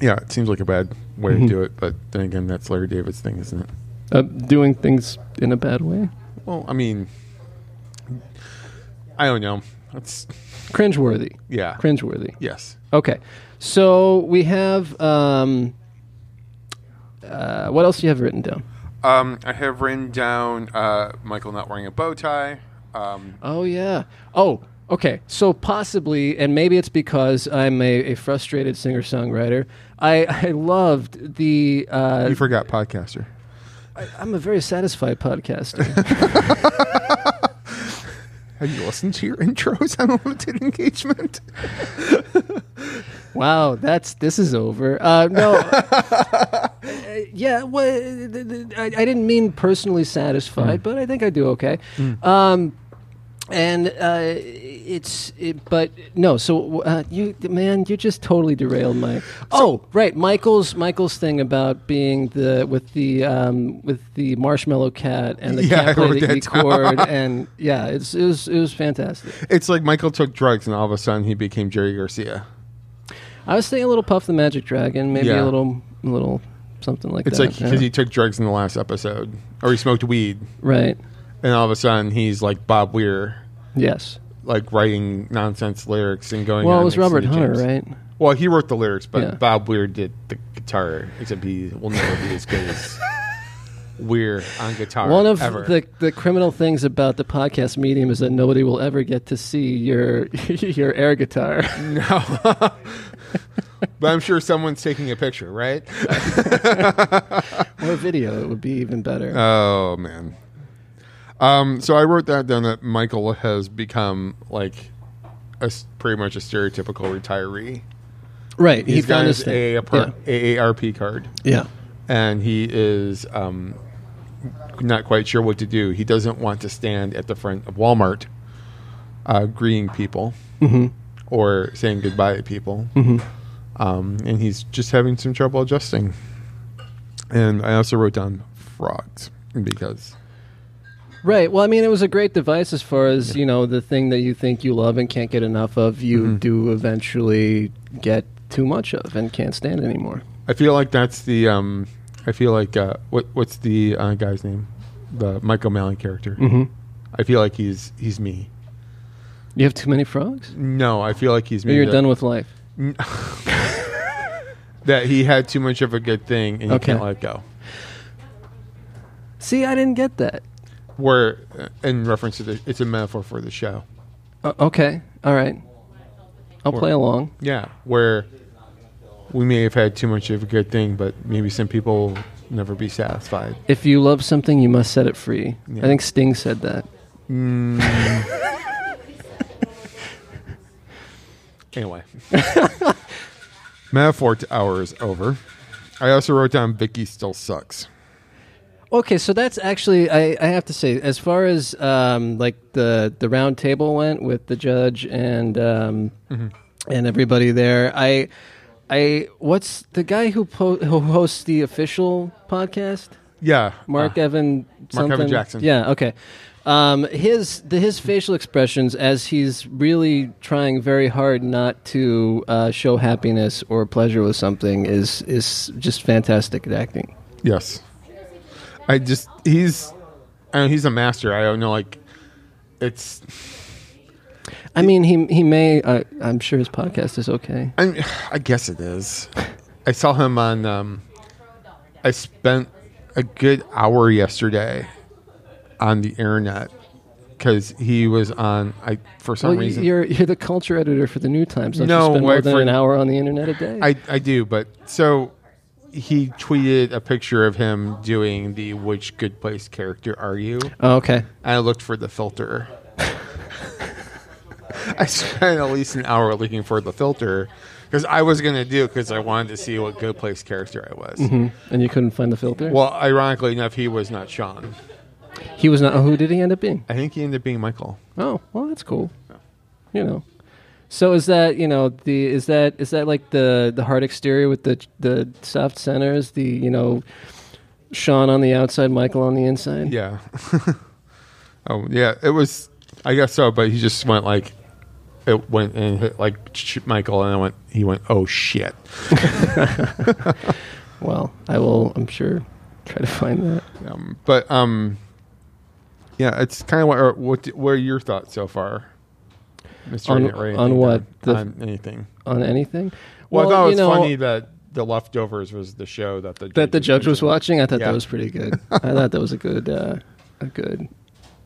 Speaker 2: Yeah, it seems like a bad way
Speaker 1: Mm-hmm.
Speaker 2: to do it, but then again, that's Larry David's thing, isn't it?
Speaker 1: Uh, doing things in a bad way,
Speaker 2: Well, I mean, I don't know. That's
Speaker 1: cringeworthy.
Speaker 2: yeah.
Speaker 1: Cringeworthy.
Speaker 2: Yes.
Speaker 1: Okay, so we have um, uh, what else do you have written down?
Speaker 2: Um, I have written down uh, Michael not wearing a bow tie. Um,
Speaker 1: Oh yeah. Oh, okay. So possibly, and maybe it's because I'm a, a frustrated singer songwriter. I, I loved the. Uh,
Speaker 2: you forgot podcaster.
Speaker 1: I'm a very satisfied podcaster.
Speaker 2: Have you listened to your <laughs> intros on Limited Engagement?
Speaker 1: <laughs> Wow, that's this is over. Uh, no, Uh, yeah, well, I, I didn't mean personally satisfied, but I think I do okay. Um, and uh, it's it, but no, so uh, you man, you just totally derailed my. oh, right, Michael's Michael's thing about being the with the um, with the marshmallow cat and the
Speaker 2: <laughs> Yeah, I
Speaker 1: cat play
Speaker 2: wrote
Speaker 1: that
Speaker 2: that
Speaker 1: you
Speaker 2: down.
Speaker 1: chord and yeah, it's it was it was fantastic.
Speaker 2: It's like Michael took drugs and all of a sudden he became Jerry Garcia.
Speaker 1: I was thinking a little puff the magic dragon, maybe
Speaker 2: Yeah.
Speaker 1: a little a little something like
Speaker 2: It's
Speaker 1: that.
Speaker 2: like because
Speaker 1: yeah.
Speaker 2: he took drugs in the last episode, or he smoked weed,
Speaker 1: right.
Speaker 2: and all of a sudden he's like Bob Weir,
Speaker 1: Yes.
Speaker 2: like writing nonsense lyrics and going.
Speaker 1: Well,
Speaker 2: on
Speaker 1: it was
Speaker 2: and
Speaker 1: Robert
Speaker 2: singing
Speaker 1: Hunter,
Speaker 2: jams.
Speaker 1: right?
Speaker 2: Well, he wrote the lyrics, but
Speaker 1: Yeah.
Speaker 2: Bob Weir did the guitar. Except he will never be as good
Speaker 1: <laughs>
Speaker 2: as Weir on guitar.
Speaker 1: One of
Speaker 2: ever.
Speaker 1: the the criminal things about the podcast medium is that nobody will ever get to see your <laughs> your air
Speaker 2: <laughs>
Speaker 1: guitar.
Speaker 2: but I'm sure someone's taking a picture, right? <laughs>
Speaker 1: or video, it would be even better.
Speaker 2: Oh man. Um, so I wrote that down that Michael has become like a s- pretty much a stereotypical retiree.
Speaker 1: right.
Speaker 2: He's
Speaker 1: he
Speaker 2: got
Speaker 1: found his
Speaker 2: his
Speaker 1: thing.
Speaker 2: AA par- AARP card,
Speaker 1: yeah.
Speaker 2: and he is um, not quite sure what to do. He doesn't want to stand at the front of Walmart, uh, greeting people
Speaker 1: Mm-hmm.
Speaker 2: or saying goodbye to people, um, and he's just having some trouble adjusting. And I also wrote down frogs because
Speaker 1: Right. Well, I mean, it was a great device as far as you know the thing that you think you love and can't get enough of. You do eventually get too much of and can't stand anymore.
Speaker 2: I feel like that's the. Um, I feel like uh, what what's the uh, guy's name? The Michael Mallon character.
Speaker 1: Mm-hmm.
Speaker 2: I feel like he's he's me.
Speaker 1: You have too many frogs.
Speaker 2: No, I feel like he's
Speaker 1: Or
Speaker 2: me.
Speaker 1: you're
Speaker 2: that,
Speaker 1: done with life.
Speaker 2: that. He had too much of a good thing, and he
Speaker 1: Okay.
Speaker 2: can't let go.
Speaker 1: See, I didn't get that.
Speaker 2: Where uh, in reference to the, it's a metaphor for the show.
Speaker 1: Uh, okay. All right. I'll play along.
Speaker 2: Yeah, where we may have had too much of a good thing, but maybe some people will never be satisfied.
Speaker 1: If you love something, you must set it free. I think Sting said that. <laughs>
Speaker 2: Anyway, metaphor to hour is over. I also wrote down Vicky still sucks.
Speaker 1: Okay, so that's actually I, I have to say, as far as um, like the the round table went with the judge and um,
Speaker 2: Mm-hmm.
Speaker 1: and everybody there, I I what's the guy who po- who hosts the official podcast?
Speaker 2: Yeah, uh,
Speaker 1: Mark Evan
Speaker 2: Ah, Mark Evan
Speaker 1: something?
Speaker 2: Jackson.
Speaker 1: Yeah, okay. Um, his the, his facial expressions as he's really trying very hard not to uh, show happiness or pleasure with something is is just fantastic at acting.
Speaker 2: Yes. I just he's I know he's a master. I don't know like it's
Speaker 1: I mean, he he may. I I'm sure his podcast is okay.
Speaker 2: I mean, <sighs> I guess it is. I saw him on um I spent a good hour yesterday on the internet cuz he was on I for some
Speaker 1: Well, y-
Speaker 2: reason
Speaker 1: you're you're the culture editor for the New Times. Don't
Speaker 2: No
Speaker 1: you spend more
Speaker 2: way
Speaker 1: than
Speaker 2: for-
Speaker 1: an hour on the internet a day?
Speaker 2: I I do, but so he tweeted a picture of him doing the which good place character are you?
Speaker 1: oh, okay.
Speaker 2: I looked for the filter. <laughs> I spent at least an hour looking for the filter because I was going to do because I wanted to see what good place character I was.
Speaker 1: Mm-hmm. And you couldn't find the filter.
Speaker 2: Well, ironically enough, he was not Sean.
Speaker 1: he was not. Oh, who did he end up being?
Speaker 2: I think he ended up being Michael.
Speaker 1: Oh, well, that's cool. You know. So is that you know the is that is that like the the hard exterior with the the soft centers the you know Sean on the outside Michael on the inside
Speaker 2: Yeah. <laughs> oh, yeah. It was, I guess so, but he just went like, it went and hit like sh- Michael, and I went, he went,
Speaker 1: <laughs>
Speaker 2: oh shit.
Speaker 1: well I will I'm sure try to find that
Speaker 2: Um, but, um, yeah, it's kind of what, what, what are your thoughts so far? Mr.
Speaker 1: On-
Speaker 2: Idiot, write
Speaker 1: on
Speaker 2: anything
Speaker 1: what?
Speaker 2: down.
Speaker 1: The-
Speaker 2: on anything.
Speaker 1: on anything
Speaker 2: Well, I thought it
Speaker 1: you
Speaker 2: was
Speaker 1: know,
Speaker 2: funny that the leftovers was the show that the
Speaker 1: that the judge was
Speaker 2: watching.
Speaker 1: watching I thought
Speaker 2: Yeah.
Speaker 1: that was pretty good I thought that was a good uh, a good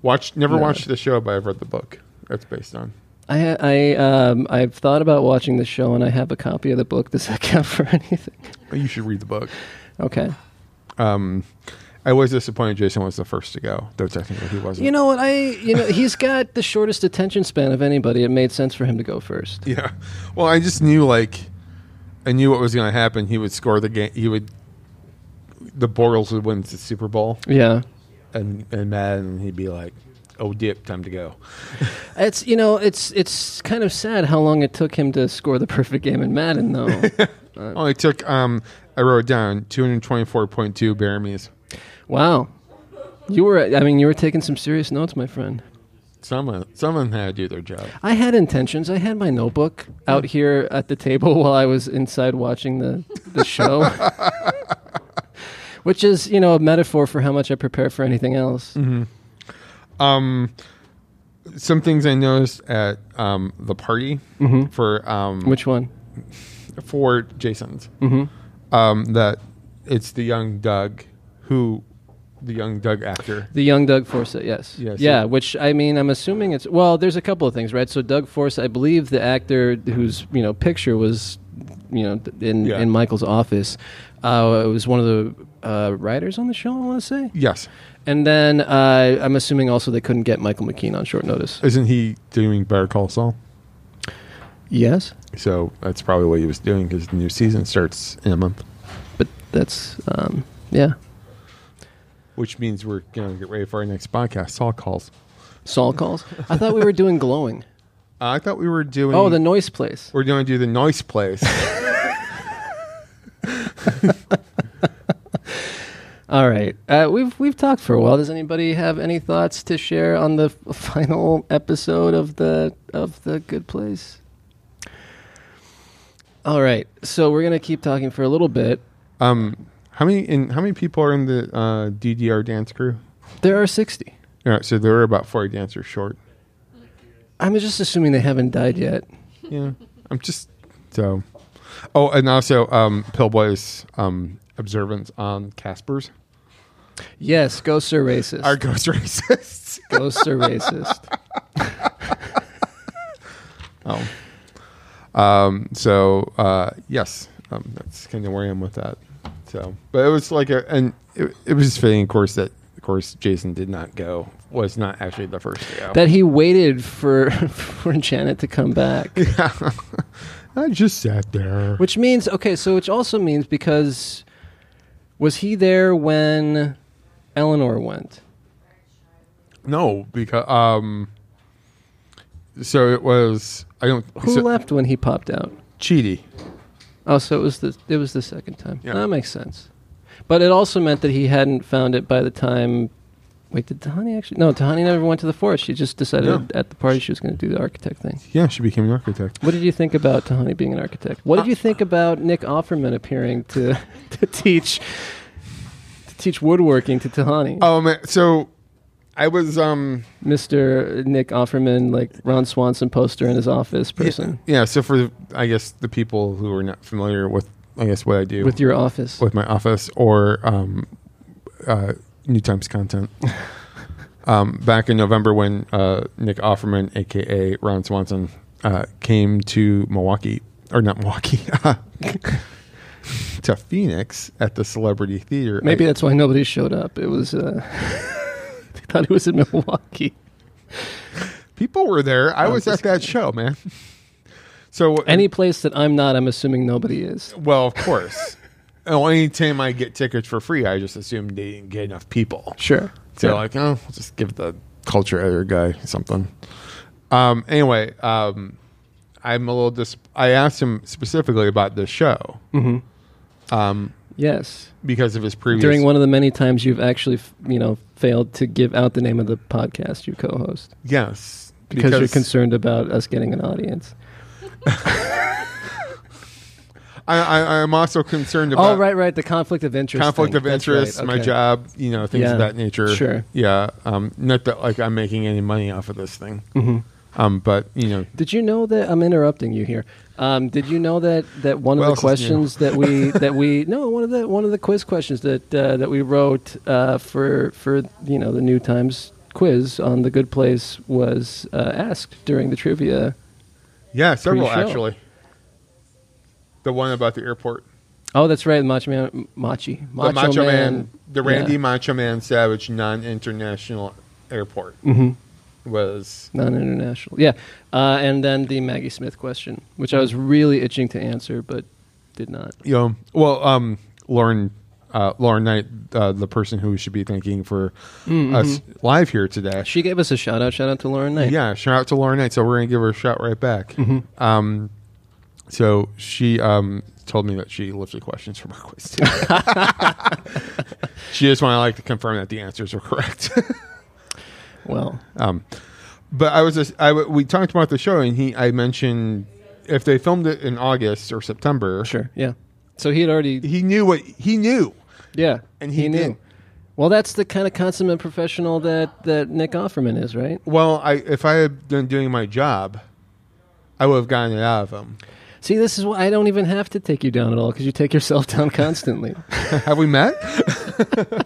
Speaker 2: Watched never
Speaker 1: No.
Speaker 2: watched the show, but I've read the book. That's based on.
Speaker 1: I I um I've thought about watching the show and I have a copy of the <laughs> book does that count for anything
Speaker 2: You should read the book.
Speaker 1: okay
Speaker 2: Um, I was disappointed Jason was the first to go, though technically he wasn't.
Speaker 1: You know what? I you know he's got the shortest attention span of anybody. It made sense for him to go first.
Speaker 2: <laughs> Yeah. Well, I just knew like I knew what was going to happen. He would score the game. He would the Bortles would win the Super Bowl,
Speaker 1: Yeah.
Speaker 2: and and Madden he'd be like, "Oh, dip, time to go."
Speaker 1: It's you know it's it's kind of sad how long it took him to score the perfect game in Madden though.
Speaker 2: Only took um I wrote it down two hundred twenty four point two Baramese.
Speaker 1: wow, you were I mean you were taking some serious notes, my friend.
Speaker 2: Someone someone had to do their job.
Speaker 1: I had intentions. I had my notebook out here at the table <laughs> while I was inside watching the the show,
Speaker 2: <laughs>
Speaker 1: <laughs> which is you know a metaphor for how much I prepare for anything else.
Speaker 2: Mm-hmm. Some things I noticed at um the party
Speaker 1: Mm-hmm.
Speaker 2: for um
Speaker 1: Which one?
Speaker 2: for Jason's. Um, that it's the young Doug who the young Doug actor.
Speaker 1: The young Doug Forsett, yes.
Speaker 2: Yes,
Speaker 1: yeah,
Speaker 2: yeah.
Speaker 1: which I mean, I'm assuming it's well. There's a couple of things, right? So Doug Forsett, I believe the actor whose you know picture was, you know, th- in
Speaker 2: Yeah.
Speaker 1: in Michael's office, uh, it was one of the uh, writers on the show. I want to say,
Speaker 2: Yes.
Speaker 1: and then uh, I'm assuming also they couldn't get Michael McKean on short notice.
Speaker 2: Isn't he doing Better Call Saul?
Speaker 1: Yes,
Speaker 2: So that's probably what he was doing because the new season starts in a month,
Speaker 1: but that's um, yeah.
Speaker 2: which means we're going to get ready for our next podcast. Saul calls.
Speaker 1: Saul calls. I thought we were doing glowing.
Speaker 2: Uh, I thought we were doing.
Speaker 1: Oh, the noise place.
Speaker 2: we're going to do the noise place.
Speaker 1: All right, uh, we've we've talked for a while. Does anybody have any thoughts to share on the f- final episode of the of the Good Place? All right, so we're gonna keep talking for a little bit.
Speaker 2: um, how many in, how many people are in the uh, DDR dance crew?
Speaker 1: There are sixty.
Speaker 2: All right, so there were about forty dancers short.
Speaker 1: I'm just assuming they haven't died yet.
Speaker 2: Yeah, I'm just so. Oh, and also um, Pillboy's um, observance on Casper's
Speaker 1: Yes, ghosts are racist. <laughs>
Speaker 2: are ghost racists.
Speaker 1: ghosts are racist. <laughs>
Speaker 2: oh, um, so uh, yes, um, that's kind of where I am with that. So, but it was like a, and it, it was just fitting, of course, that of course Jason did not go, was not actually the first to go.
Speaker 1: That he waited for <laughs> for Janet to come back.
Speaker 2: <laughs> I just sat there.
Speaker 1: Which means okay, so which also means because was he there when Eleanor went?
Speaker 2: No, because um, so it was. I don't.
Speaker 1: Who
Speaker 2: so,
Speaker 1: left when he popped out?
Speaker 2: Cheaty.
Speaker 1: Oh, so it was the it was the second time.
Speaker 2: Yeah.
Speaker 1: That makes sense. But it also meant that he hadn't found it by the time. Wait, did Tahani actually? No, Tahani never went to the forest. She just decided
Speaker 2: No.
Speaker 1: at the party she was going to do the architect thing.
Speaker 2: Yeah, she became an architect.
Speaker 1: What did you think about Tahani being an architect? What did you think about Nick Offerman appearing to <laughs> to teach to teach woodworking to Tahani?
Speaker 2: Oh man, so I was um
Speaker 1: Mr. Nick Offerman, like Ron Swanson poster in his office person
Speaker 2: yeah. So for I guess the people who are not familiar with I guess what I do
Speaker 1: with your office.
Speaker 2: with my office or um, uh, New Times
Speaker 1: <laughs>
Speaker 2: content. um, back in November, when uh, Nick Offerman, aka Ron Swanson, uh, came to Milwaukee or not Milwaukee. <laughs> To Phoenix at the Celebrity Theater.
Speaker 1: Maybe
Speaker 2: I,
Speaker 1: that's why nobody showed up. It was uh, <laughs> they thought it was in Milwaukee.
Speaker 2: people were there. I
Speaker 1: I'm
Speaker 2: was
Speaker 1: Oh, just
Speaker 2: at that show, man. So
Speaker 1: Any place that I'm not, I'm assuming nobody is.
Speaker 2: Well, of course. The Only time I get tickets for free, I just assume they didn't get enough people.
Speaker 1: Sure.
Speaker 2: So
Speaker 1: Yeah.
Speaker 2: like, oh, we'll just give the culture editor guy something. Um, anyway, um, I'm a little dis. I asked him specifically about this show
Speaker 1: Hmm. yes.
Speaker 2: because of his previous
Speaker 1: During one of the many times you've actually, f- you know, failed to give out the name of the podcast you co-host
Speaker 2: Yes,
Speaker 1: because, you're concerned about us getting an audience.
Speaker 2: I, I, I'm also concerned about
Speaker 1: Oh, right, right. The conflict of interest.
Speaker 2: conflict
Speaker 1: thing.
Speaker 2: of
Speaker 1: That's right,
Speaker 2: interest, my
Speaker 1: okay.
Speaker 2: job, you know, things
Speaker 1: Yeah,
Speaker 2: of that nature.
Speaker 1: sure.
Speaker 2: Yeah. Um, not that like I'm making any money off of this thing.
Speaker 1: Mm-hmm.
Speaker 2: Um, but you know,
Speaker 1: Did you know that I'm interrupting you here? Um, did you know that that one
Speaker 2: What
Speaker 1: of
Speaker 2: else
Speaker 1: the
Speaker 2: is
Speaker 1: questions that
Speaker 2: <laughs>
Speaker 1: we that we no one of the one of the quiz questions that uh, that we wrote uh, for for you know the New Times quiz on the Good Place was uh, asked during the trivia.
Speaker 2: Yeah, several
Speaker 1: pre-show.
Speaker 2: actually. The one about the airport.
Speaker 1: Oh, that's right, Macho Man, Machi,
Speaker 2: the Macho Man, the Randy Macho Man Savage non-international airport
Speaker 1: hmm
Speaker 2: was
Speaker 1: non-international. Yeah, uh, and then the Maggie Smith question, which I was really itching to answer but did not.
Speaker 2: you know well um Lauren uh, Lauren Knight uh, the person who we should be thanking for us live here today
Speaker 1: She gave us a shout out. Shout out to Lauren Knight.
Speaker 2: Yeah, shout out to Lauren Knight. So we're gonna give her a shout right back. Um, so she um, told me that she lifted questions from our quiz. today. <laughs> she just wanted like to confirm that the answers were correct. <laughs>
Speaker 1: Well,
Speaker 2: Uh, but I was just, I w- we talked about the show and he I mentioned if they filmed it in August or September,
Speaker 1: sure. Yeah. So he had already.
Speaker 2: he knew what he knew.
Speaker 1: Yeah.
Speaker 2: And he
Speaker 1: knew.
Speaker 2: did.
Speaker 1: Well, that's the kind of consummate professional that that Nick Offerman is, right?
Speaker 2: Well, I if I had been doing my job, I would have gotten it out of him.
Speaker 1: See, this is why I don't even have to take you down at all because you take yourself <laughs> down constantly.
Speaker 2: Have we met? <laughs>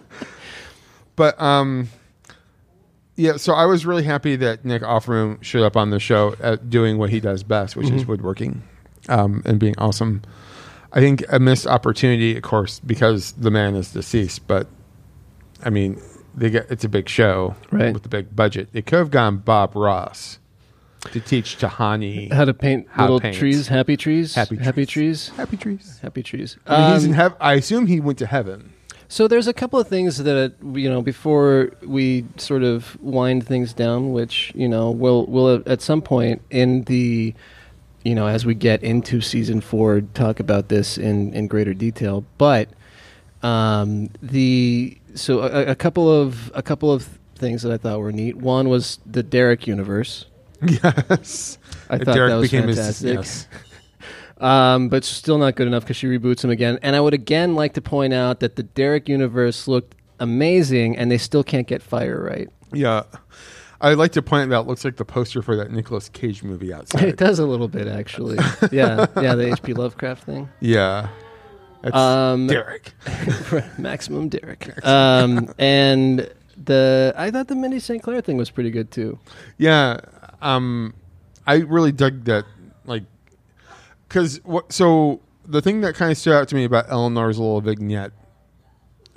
Speaker 2: but um, yeah. So I was really happy that Nick Offerman showed up on the show at doing what he does best, which
Speaker 1: Mm-hmm.
Speaker 2: is woodworking, um, and being awesome. I think a missed opportunity, of course, because the man is deceased. But I mean, they get it's a big show
Speaker 1: Right.
Speaker 2: with a big budget. It could have gone Bob Ross to teach Tahani
Speaker 1: How to paint
Speaker 2: How
Speaker 1: little
Speaker 2: paint.
Speaker 1: trees, happy trees,
Speaker 2: Happy
Speaker 1: happy
Speaker 2: trees.
Speaker 1: trees,
Speaker 2: happy trees.
Speaker 1: happy trees.
Speaker 2: I mean, he's
Speaker 1: Um,
Speaker 2: in heaven. I assume he went to heaven.
Speaker 1: So there's a couple of things that uh, you know before we sort of wind things down, which you know will will at- at some point in the you know as we get into season four talk about this in in greater detail. But um, the so a, a couple of a couple of things that I thought were neat. One was the Derek universe.
Speaker 2: Yes.
Speaker 1: I
Speaker 2: That
Speaker 1: thought
Speaker 2: Derek
Speaker 1: that was
Speaker 2: became his-
Speaker 1: fantastic.
Speaker 2: yes.
Speaker 1: Um, but still not good enough because she reboots him again. And I would again like to point out that the Derek universe looked amazing, and they still can't get fire right.
Speaker 2: Yeah. I'd like to point out looks like the poster for that Nicolas Cage
Speaker 1: <laughs>
Speaker 2: movie
Speaker 1: It
Speaker 2: outside.
Speaker 1: does a little bit, actually. yeah, yeah, the H.P. Lovecraft thing. <laughs>
Speaker 2: yeah. That's
Speaker 1: Um,
Speaker 2: Derek.
Speaker 1: Maximum Derek. Um, and the I thought the Minnie St. Clair thing was pretty good too.
Speaker 2: Yeah. Um I really dug that like cuz what so the thing that kind of stood out to me about Eleanor's little vignette.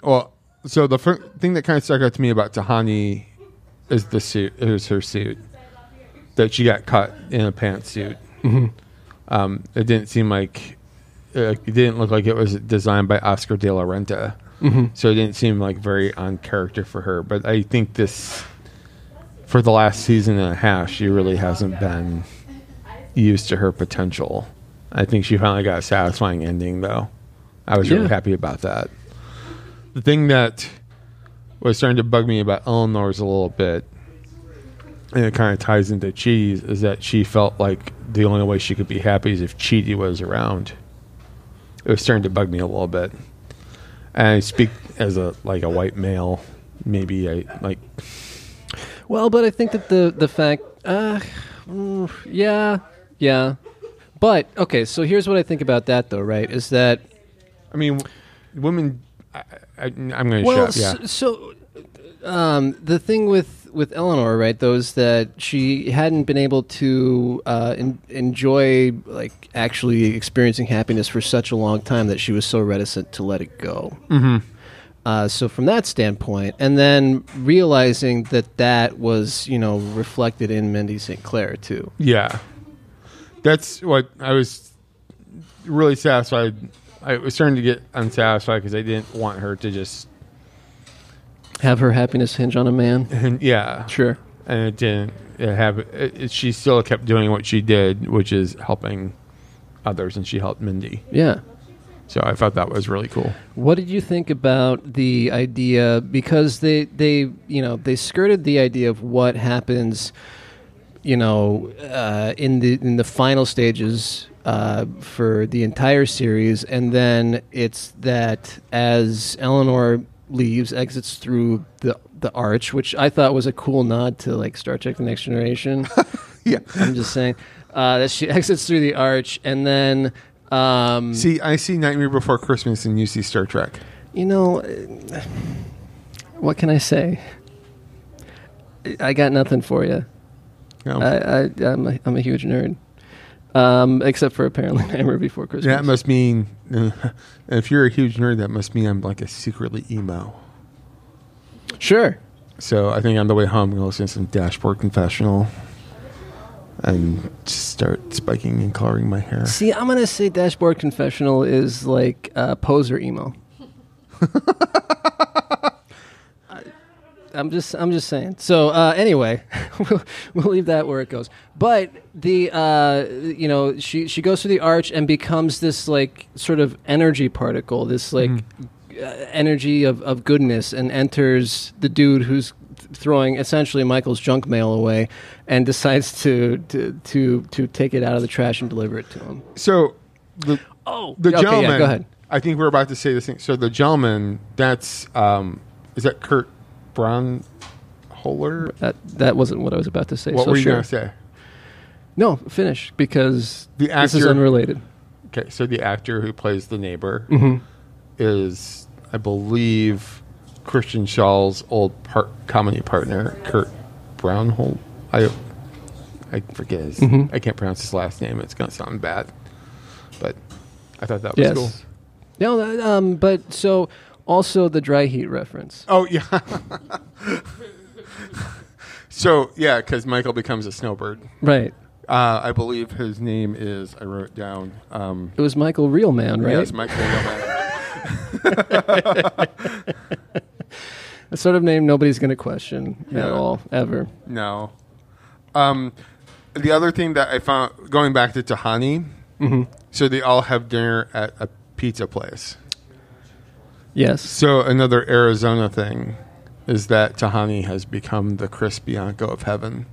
Speaker 2: Well, so the fir- thing that kind of stuck out to me about Tahani is the suit is her suit that she got caught in a pantsuit. Um, it didn't seem like uh, it didn't look like it was designed by Oscar De La Renta, so it didn't seem like very on character for her. But I think this for the last season and a half, she really hasn't been used to her potential. I think she finally got a satisfying ending, though. I was really
Speaker 1: Yeah.
Speaker 2: happy about that. The thing that was starting to bug me about Eleanor's a little bit, and it kind of ties into Cheese, is that she felt like the only way she could be happy is if Cheaty was around. It was starting to bug me a little bit. And I speak as a like a white male, maybe I like
Speaker 1: Well, but I think that the the fact, uh, mm, yeah, yeah. But okay, so here's what I think about that though. Right, is that
Speaker 2: I mean, women. I, I, I'm going to
Speaker 1: well,
Speaker 2: shut. Yeah,
Speaker 1: s- so, um, the thing with with Eleanor, right, though, is that she hadn't been able to uh, en- enjoy like actually experiencing happiness for such a long time that she was so reticent to let it go. Mm-hmm. Uh, so from that standpoint, and then realizing that that was you know reflected in Mindy St. Clair too.
Speaker 2: yeah. That's what I was really satisfied. I was starting to get unsatisfied because I didn't want her to just. <laughs>
Speaker 1: Have her happiness hinge on a man.
Speaker 2: And yeah,
Speaker 1: Sure.
Speaker 2: and it didn't. It have. It, it- she still kept doing what she did, which is helping others, and she helped Mindy.
Speaker 1: Yeah.
Speaker 2: So I thought that was really cool.
Speaker 1: What did you think about the idea? Because they, they you know they skirted the idea of what happens, you know, uh, in the in the final stages uh, for the entire series, and then it's that as Eleanor leaves, exits through the the arch, which I thought was a cool nod to like Star Trek: The Next Generation.
Speaker 2: Yeah.
Speaker 1: I'm just saying uh, that she <laughs> exits through the arch, and then. Um,
Speaker 2: Mm-hmm. See, I see Nightmare Before Christmas, and you see Star Trek.
Speaker 1: you know, uh, what can I say? I got nothing for you. Uh,
Speaker 2: Um,
Speaker 1: I, I I'm, a, I'm a huge nerd. um, except for apparently <laughs> Nightmare Before Christmas.
Speaker 2: That must mean <laughs> uh, if you're a huge nerd, that must mean I'm like a secretly emo.
Speaker 1: sure.
Speaker 2: So I think on the way home, I'm gonna listen to some Dashboard Confessional and just start spiking and coloring my hair.
Speaker 1: See, I'm gonna say Dashboard Confessional is like uh, poser emo. I'm just, I'm just saying. So uh, anyway, <laughs> we'll, we'll leave that where it goes. But the, uh, you know, she she goes through the arch and becomes this like sort of energy particle, this like uh, energy of, of goodness, and enters the dude who's throwing essentially Michael's junk mail away, and decides to to to, to take it out of the trash and deliver it to him.
Speaker 2: So the
Speaker 1: Oh,
Speaker 2: the
Speaker 1: okay,
Speaker 2: gentleman.
Speaker 1: Yeah, go ahead.
Speaker 2: I think we're about to say this thing. So the gentleman, that's um, is that Kurt Braunholer?
Speaker 1: That that wasn't what I was about to say.
Speaker 2: What
Speaker 1: so
Speaker 2: were you
Speaker 1: sure.
Speaker 2: gonna say?
Speaker 1: No, finish because
Speaker 2: The
Speaker 1: this is
Speaker 2: actor-
Speaker 1: unrelated.
Speaker 2: Okay, so the actor who plays the neighbor
Speaker 1: Mhm.
Speaker 2: is, I believe, Christian Schall's old part, comedy partner, Kurt Brownhold. I I forget his.
Speaker 1: Mm-hmm.
Speaker 2: I can't pronounce his last name. It's going to sound bad, but I thought that was
Speaker 1: Yes.
Speaker 2: cool.
Speaker 1: No, that, um, but so also the dry heat reference.
Speaker 2: Oh yeah. <laughs> so yeah, because Michael becomes a snowbird.
Speaker 1: Right.
Speaker 2: Uh, I believe his name is. I wrote down. Um,
Speaker 1: It was Michael Realman, right?
Speaker 2: Yes, Michael. Yeoman.
Speaker 1: <laughs>
Speaker 2: <laughs>
Speaker 1: a sort of name nobody's going to question
Speaker 2: Yeah.
Speaker 1: at all ever.
Speaker 2: No. Um, the other thing that I found going back to Tahani,
Speaker 1: Mm-hmm.
Speaker 2: so they all have dinner at a pizza place.
Speaker 1: Yes.
Speaker 2: So another Arizona thing is that Tahani has become the Chris Bianco of heaven.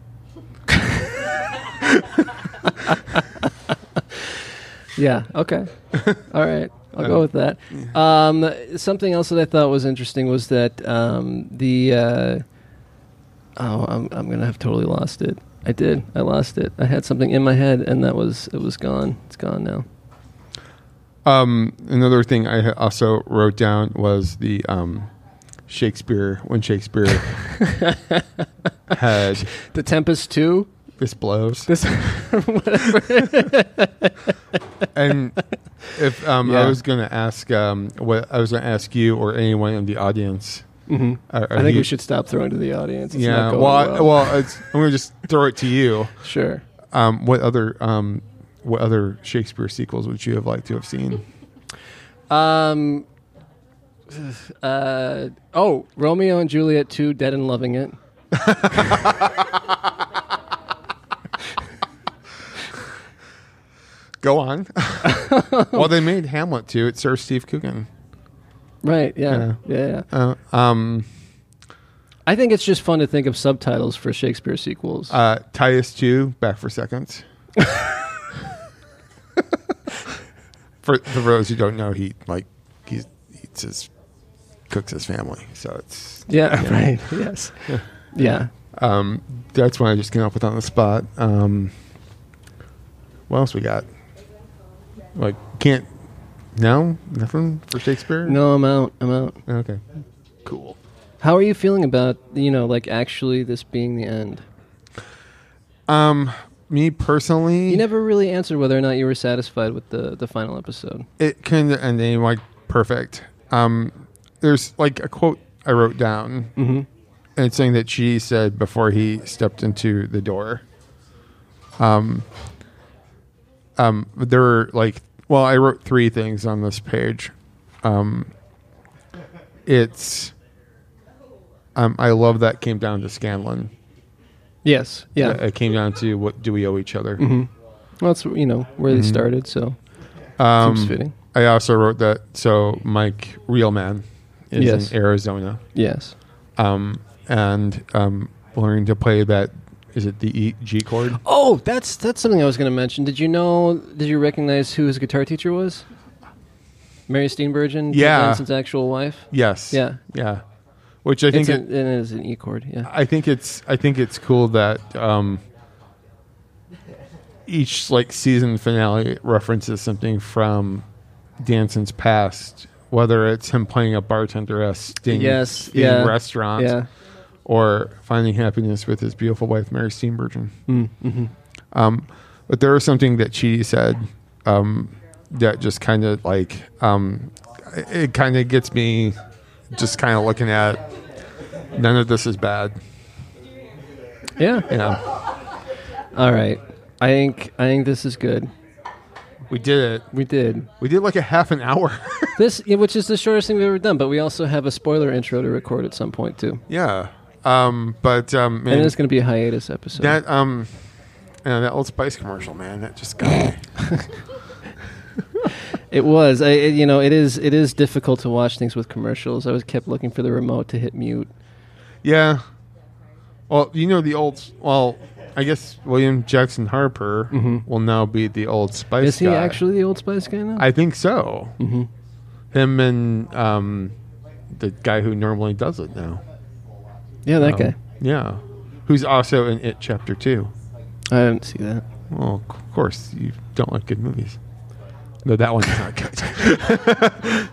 Speaker 1: Yeah.
Speaker 2: <laughs>
Speaker 1: Okay. all right. I'll
Speaker 2: Uh,
Speaker 1: go with that. Um, something else that I thought was interesting was that um, the uh, oh, I'm I'm gonna have totally lost it. I did. I lost it. I had something in my head, and that was it was gone. It's gone
Speaker 2: <laughs>
Speaker 1: now.
Speaker 2: Um, another thing I ha- also wrote down was the um, Shakespeare when Shakespeare
Speaker 1: <laughs>
Speaker 2: had
Speaker 1: The Tempest Two. Mm-hmm.
Speaker 2: this <laughs> blows.
Speaker 1: <laughs> This
Speaker 2: and if um,
Speaker 1: Yeah.
Speaker 2: I was going to ask um, what I was going to ask you or anyone in the audience,
Speaker 1: Mhm.
Speaker 2: Uh, are- are
Speaker 1: I think
Speaker 2: you-
Speaker 1: we should stop throwing to the audience. It's
Speaker 2: yeah,
Speaker 1: Not going
Speaker 2: well, I- well, it's, I'm going to just throw it to you.
Speaker 1: sure.
Speaker 2: Um, what other um, what other Shakespeare sequels would you have liked to have seen?
Speaker 1: Um. Uh, oh, Romeo and Juliet 2, Dead and Loving It.
Speaker 2: Go on. <laughs> well, they made Hamlet too. It serves Steve Coogan.
Speaker 1: Right, yeah, yeah. yeah.
Speaker 2: Uh, um,
Speaker 1: I think it's just fun to think of subtitles for Shakespeare sequels.
Speaker 2: uh, Titus two back for seconds. <laughs> for the those who don't know, he like he eats his cooks his family, so it's
Speaker 1: yeah, <laughs> right, yes. Yeah.
Speaker 2: Um, that's one I just came up with on the spot. Um, what else we got? Like, can't. No? Nothing for Shakespeare?
Speaker 1: No, I'm out. I'm out.
Speaker 2: Okay. Cool.
Speaker 1: How are you feeling about, you know, like actually this being the end?
Speaker 2: Um, me personally,
Speaker 1: You never really answered whether or not you were satisfied with the, the final episode.
Speaker 2: it couldn't end any like perfect. Um, there's like a quote I wrote down,
Speaker 1: Mhm.
Speaker 2: and it's saying that she said before he stepped into the door. Um, um, there were like, well, I wrote three things on this page. Um, it's, um, I love that came down to Scanlon.
Speaker 1: Yes, yeah.
Speaker 2: it came down to what do we owe each other.
Speaker 1: Well, that's, you know, where they started, so
Speaker 2: Um,
Speaker 1: seems fitting.
Speaker 2: I also wrote that. So Mike Realman is
Speaker 1: Yes.
Speaker 2: in Arizona,
Speaker 1: Yes.
Speaker 2: um, and um, learning to play that. Is it the E G chord?
Speaker 1: Oh, that's that's something I was going to mention. Did you know? Did you recognize who his guitar teacher was? Mary Steenburgen, Pete
Speaker 2: Yeah.
Speaker 1: Johnson's actual wife.
Speaker 2: Yes.
Speaker 1: Yeah.
Speaker 2: Yeah. Which I
Speaker 1: it's
Speaker 2: think it,
Speaker 1: an, it is an E chord. Yeah.
Speaker 2: I think it's I think it's cool that um, each like season finale references something from Danson's past, whether it's him playing a bartender at a sting,
Speaker 1: Yes,
Speaker 2: sting
Speaker 1: yeah,
Speaker 2: restaurant,
Speaker 1: yeah. Mm, mm-hmm.
Speaker 2: or finding happiness with his beautiful wife Mary Steenburgen. Um, but there was something that she said um, that just kind of like um, it- it kind of gets me just kind of looking at none of this is bad.
Speaker 1: Yeah.
Speaker 2: You know,
Speaker 1: All right. I think I think this is good.
Speaker 2: we did it.
Speaker 1: We did
Speaker 2: We did like a half an hour. <laughs>
Speaker 1: this, yeah, which is the shortest thing we've ever done. But we also have a spoiler intro to record at some point too,
Speaker 2: yeah, um, but um, man,
Speaker 1: and it's going to be a hiatus episode.
Speaker 2: that um, you know, that old Spice commercial, man, that just got me.
Speaker 1: It was. I, it- you know, it is. It is difficult to watch things with commercials. I was kept looking for the remote to hit mute.
Speaker 2: Yeah. Well, you know the old. Well, I guess William Jackson Harper will now be the old Spice.
Speaker 1: Mm-hmm. Is he
Speaker 2: guy.
Speaker 1: actually Mm-hmm. the Old Spice guy now?
Speaker 2: I think so. Him and um, the guy who normally does it now. Um,
Speaker 1: yeah, that guy.
Speaker 2: Yeah, who's also in It Chapter Two.
Speaker 1: I didn't see that.
Speaker 2: Well, of course you don't like good movies. No, that one's not
Speaker 1: <laughs>
Speaker 2: good.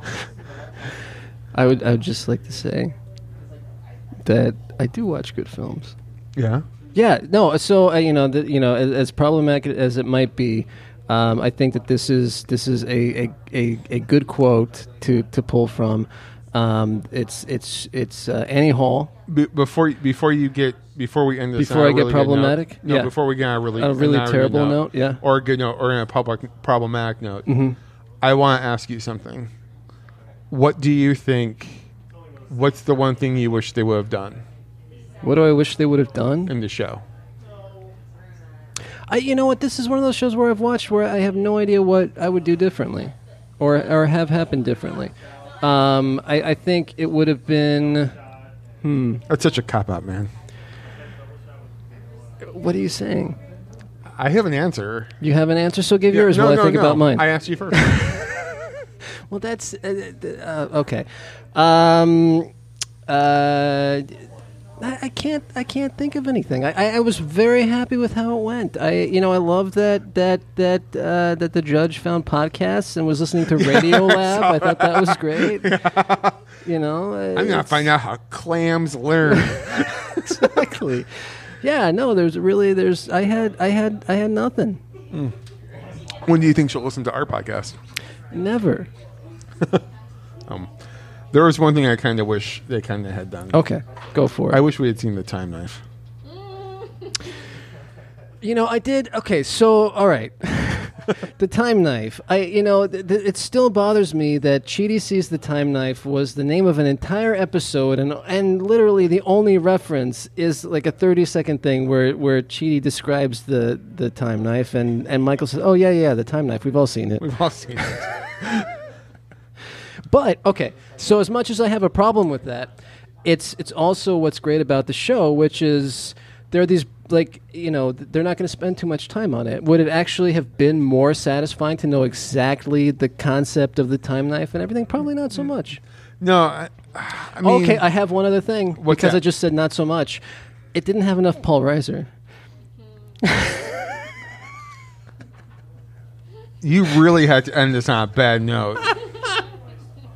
Speaker 1: I would. I would just like to say that I do watch good films.
Speaker 2: yeah.
Speaker 1: Yeah. No. So uh, you know, the, you know, as, as problematic as it might be, um, I think that this is this is a a, a, a good quote to, to pull from. Um, it's it's it's uh, Annie Hall.
Speaker 2: Be- before before you get before we end this
Speaker 1: Before
Speaker 2: on a
Speaker 1: I get
Speaker 2: really good note-
Speaker 1: problematic?
Speaker 2: no
Speaker 1: Yeah.
Speaker 2: before we get on a really
Speaker 1: A really
Speaker 2: on good
Speaker 1: terrible note, yeah.
Speaker 2: or a good note or in a public problematic note
Speaker 1: Mm-hmm.
Speaker 2: I want to ask you something what do you think what's the one thing you wish they would have done
Speaker 1: What do I wish they would have done?
Speaker 2: in the show
Speaker 1: I, you know what? This is one of those shows where I've watched where I have no idea what I would do differently, or or have happened differently. Um, I, I think it would have been.
Speaker 2: that's such a cop out man
Speaker 1: What are you saying?
Speaker 2: I have an answer
Speaker 1: You have an answer, so give yours
Speaker 2: no,
Speaker 1: while
Speaker 2: no,
Speaker 1: I think
Speaker 2: no.
Speaker 1: about mine.
Speaker 2: I asked you first
Speaker 1: Well, that's uh, uh, okay. Um, uh, I, I can't. I can't think of anything. I, I, I was very happy with how it went. I, you know, I love that that that uh, that the judge found podcasts and was
Speaker 2: <laughs>
Speaker 1: listening to Radio Lab. I thought that was great. You know, uh, <laughs>
Speaker 2: I'm gonna find out how clams learn
Speaker 1: exactly. Yeah, no, there's really there's. I had I had I had nothing.
Speaker 2: when do you think she'll listen to our podcast
Speaker 1: Never.
Speaker 2: there was one thing I kind of wish they kind of had done
Speaker 1: Okay, go for it.
Speaker 2: I wish we had seen the time knife
Speaker 1: You know, I did. Okay, so all right, <laughs> the time knife. I, you know, th- th- it still bothers me that Chidi sees the time knife was the name of an entire episode, and and literally the only reference is like a thirty second thing where where Chidi describes the the time knife, and and Michael says, "Oh yeah, yeah, the time knife. We've all seen it."
Speaker 2: we've all seen it.
Speaker 1: But okay, so as much as I have a problem with that, it's it's also what's great about the show, which is there are these like you know th- they're not going to spend too much time on it. Would it actually have been more satisfying to know exactly the concept of the time knife and everything? Probably not so much.
Speaker 2: No, I, I mean,
Speaker 1: okay, I have one other thing
Speaker 2: What's
Speaker 1: because
Speaker 2: that?
Speaker 1: I just said not so much. It didn't have enough Paul Reiser.
Speaker 2: you really had to end this on a bad note.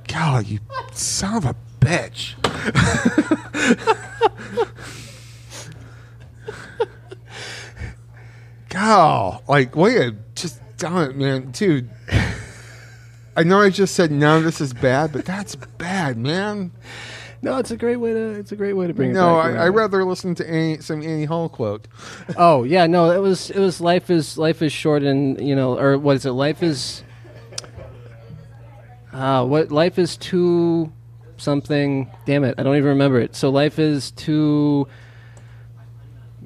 Speaker 2: God, you son of a bitch. God, like, wait, a- just damn it, man, dude. I know I just said none of this is bad, but that's bad, man.
Speaker 1: No, it's a great way to it's a great way to bring it
Speaker 2: No,
Speaker 1: back.
Speaker 2: I,
Speaker 1: around.
Speaker 2: I rather listen to Annie, some Annie Hall quote.
Speaker 1: Oh yeah, no, it was it was life is life is short and you know or what is it? Life is uh what life is too something. Damn it, I don't even remember it. So life is too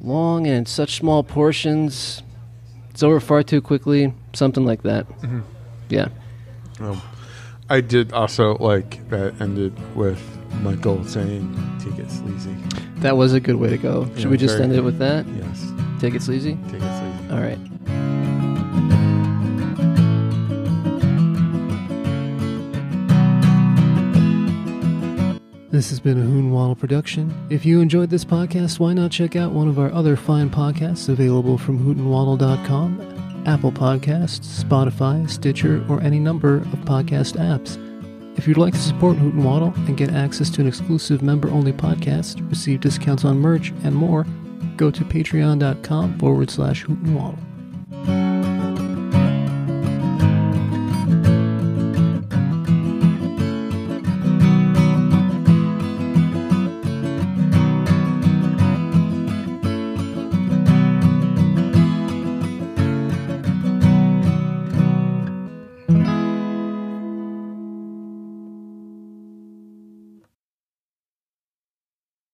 Speaker 1: long and in such small portions. It's over far too quickly. Something like that.
Speaker 2: Mm-hmm.
Speaker 1: Yeah.
Speaker 2: I did also like that ended with Michael saying, "Take it sleazy."
Speaker 1: That was a good way to go. Should
Speaker 2: Yeah,
Speaker 1: we just
Speaker 2: very
Speaker 1: end it
Speaker 2: good.
Speaker 1: with that?
Speaker 2: Yes,
Speaker 1: Take it sleazy?
Speaker 2: take it sleazy.
Speaker 1: All right. This has been a Hoon Waddle production. If you enjoyed this podcast, why not check out one of our other fine podcasts available from hootenwaddle.com, Apple Podcasts, Spotify, Stitcher, or any number of podcast apps. If you'd like to support Hoot and Waddle and get access to an exclusive member-only podcast, receive discounts on merch, and more, go to patreon.com forward slash Hoot and Waddle.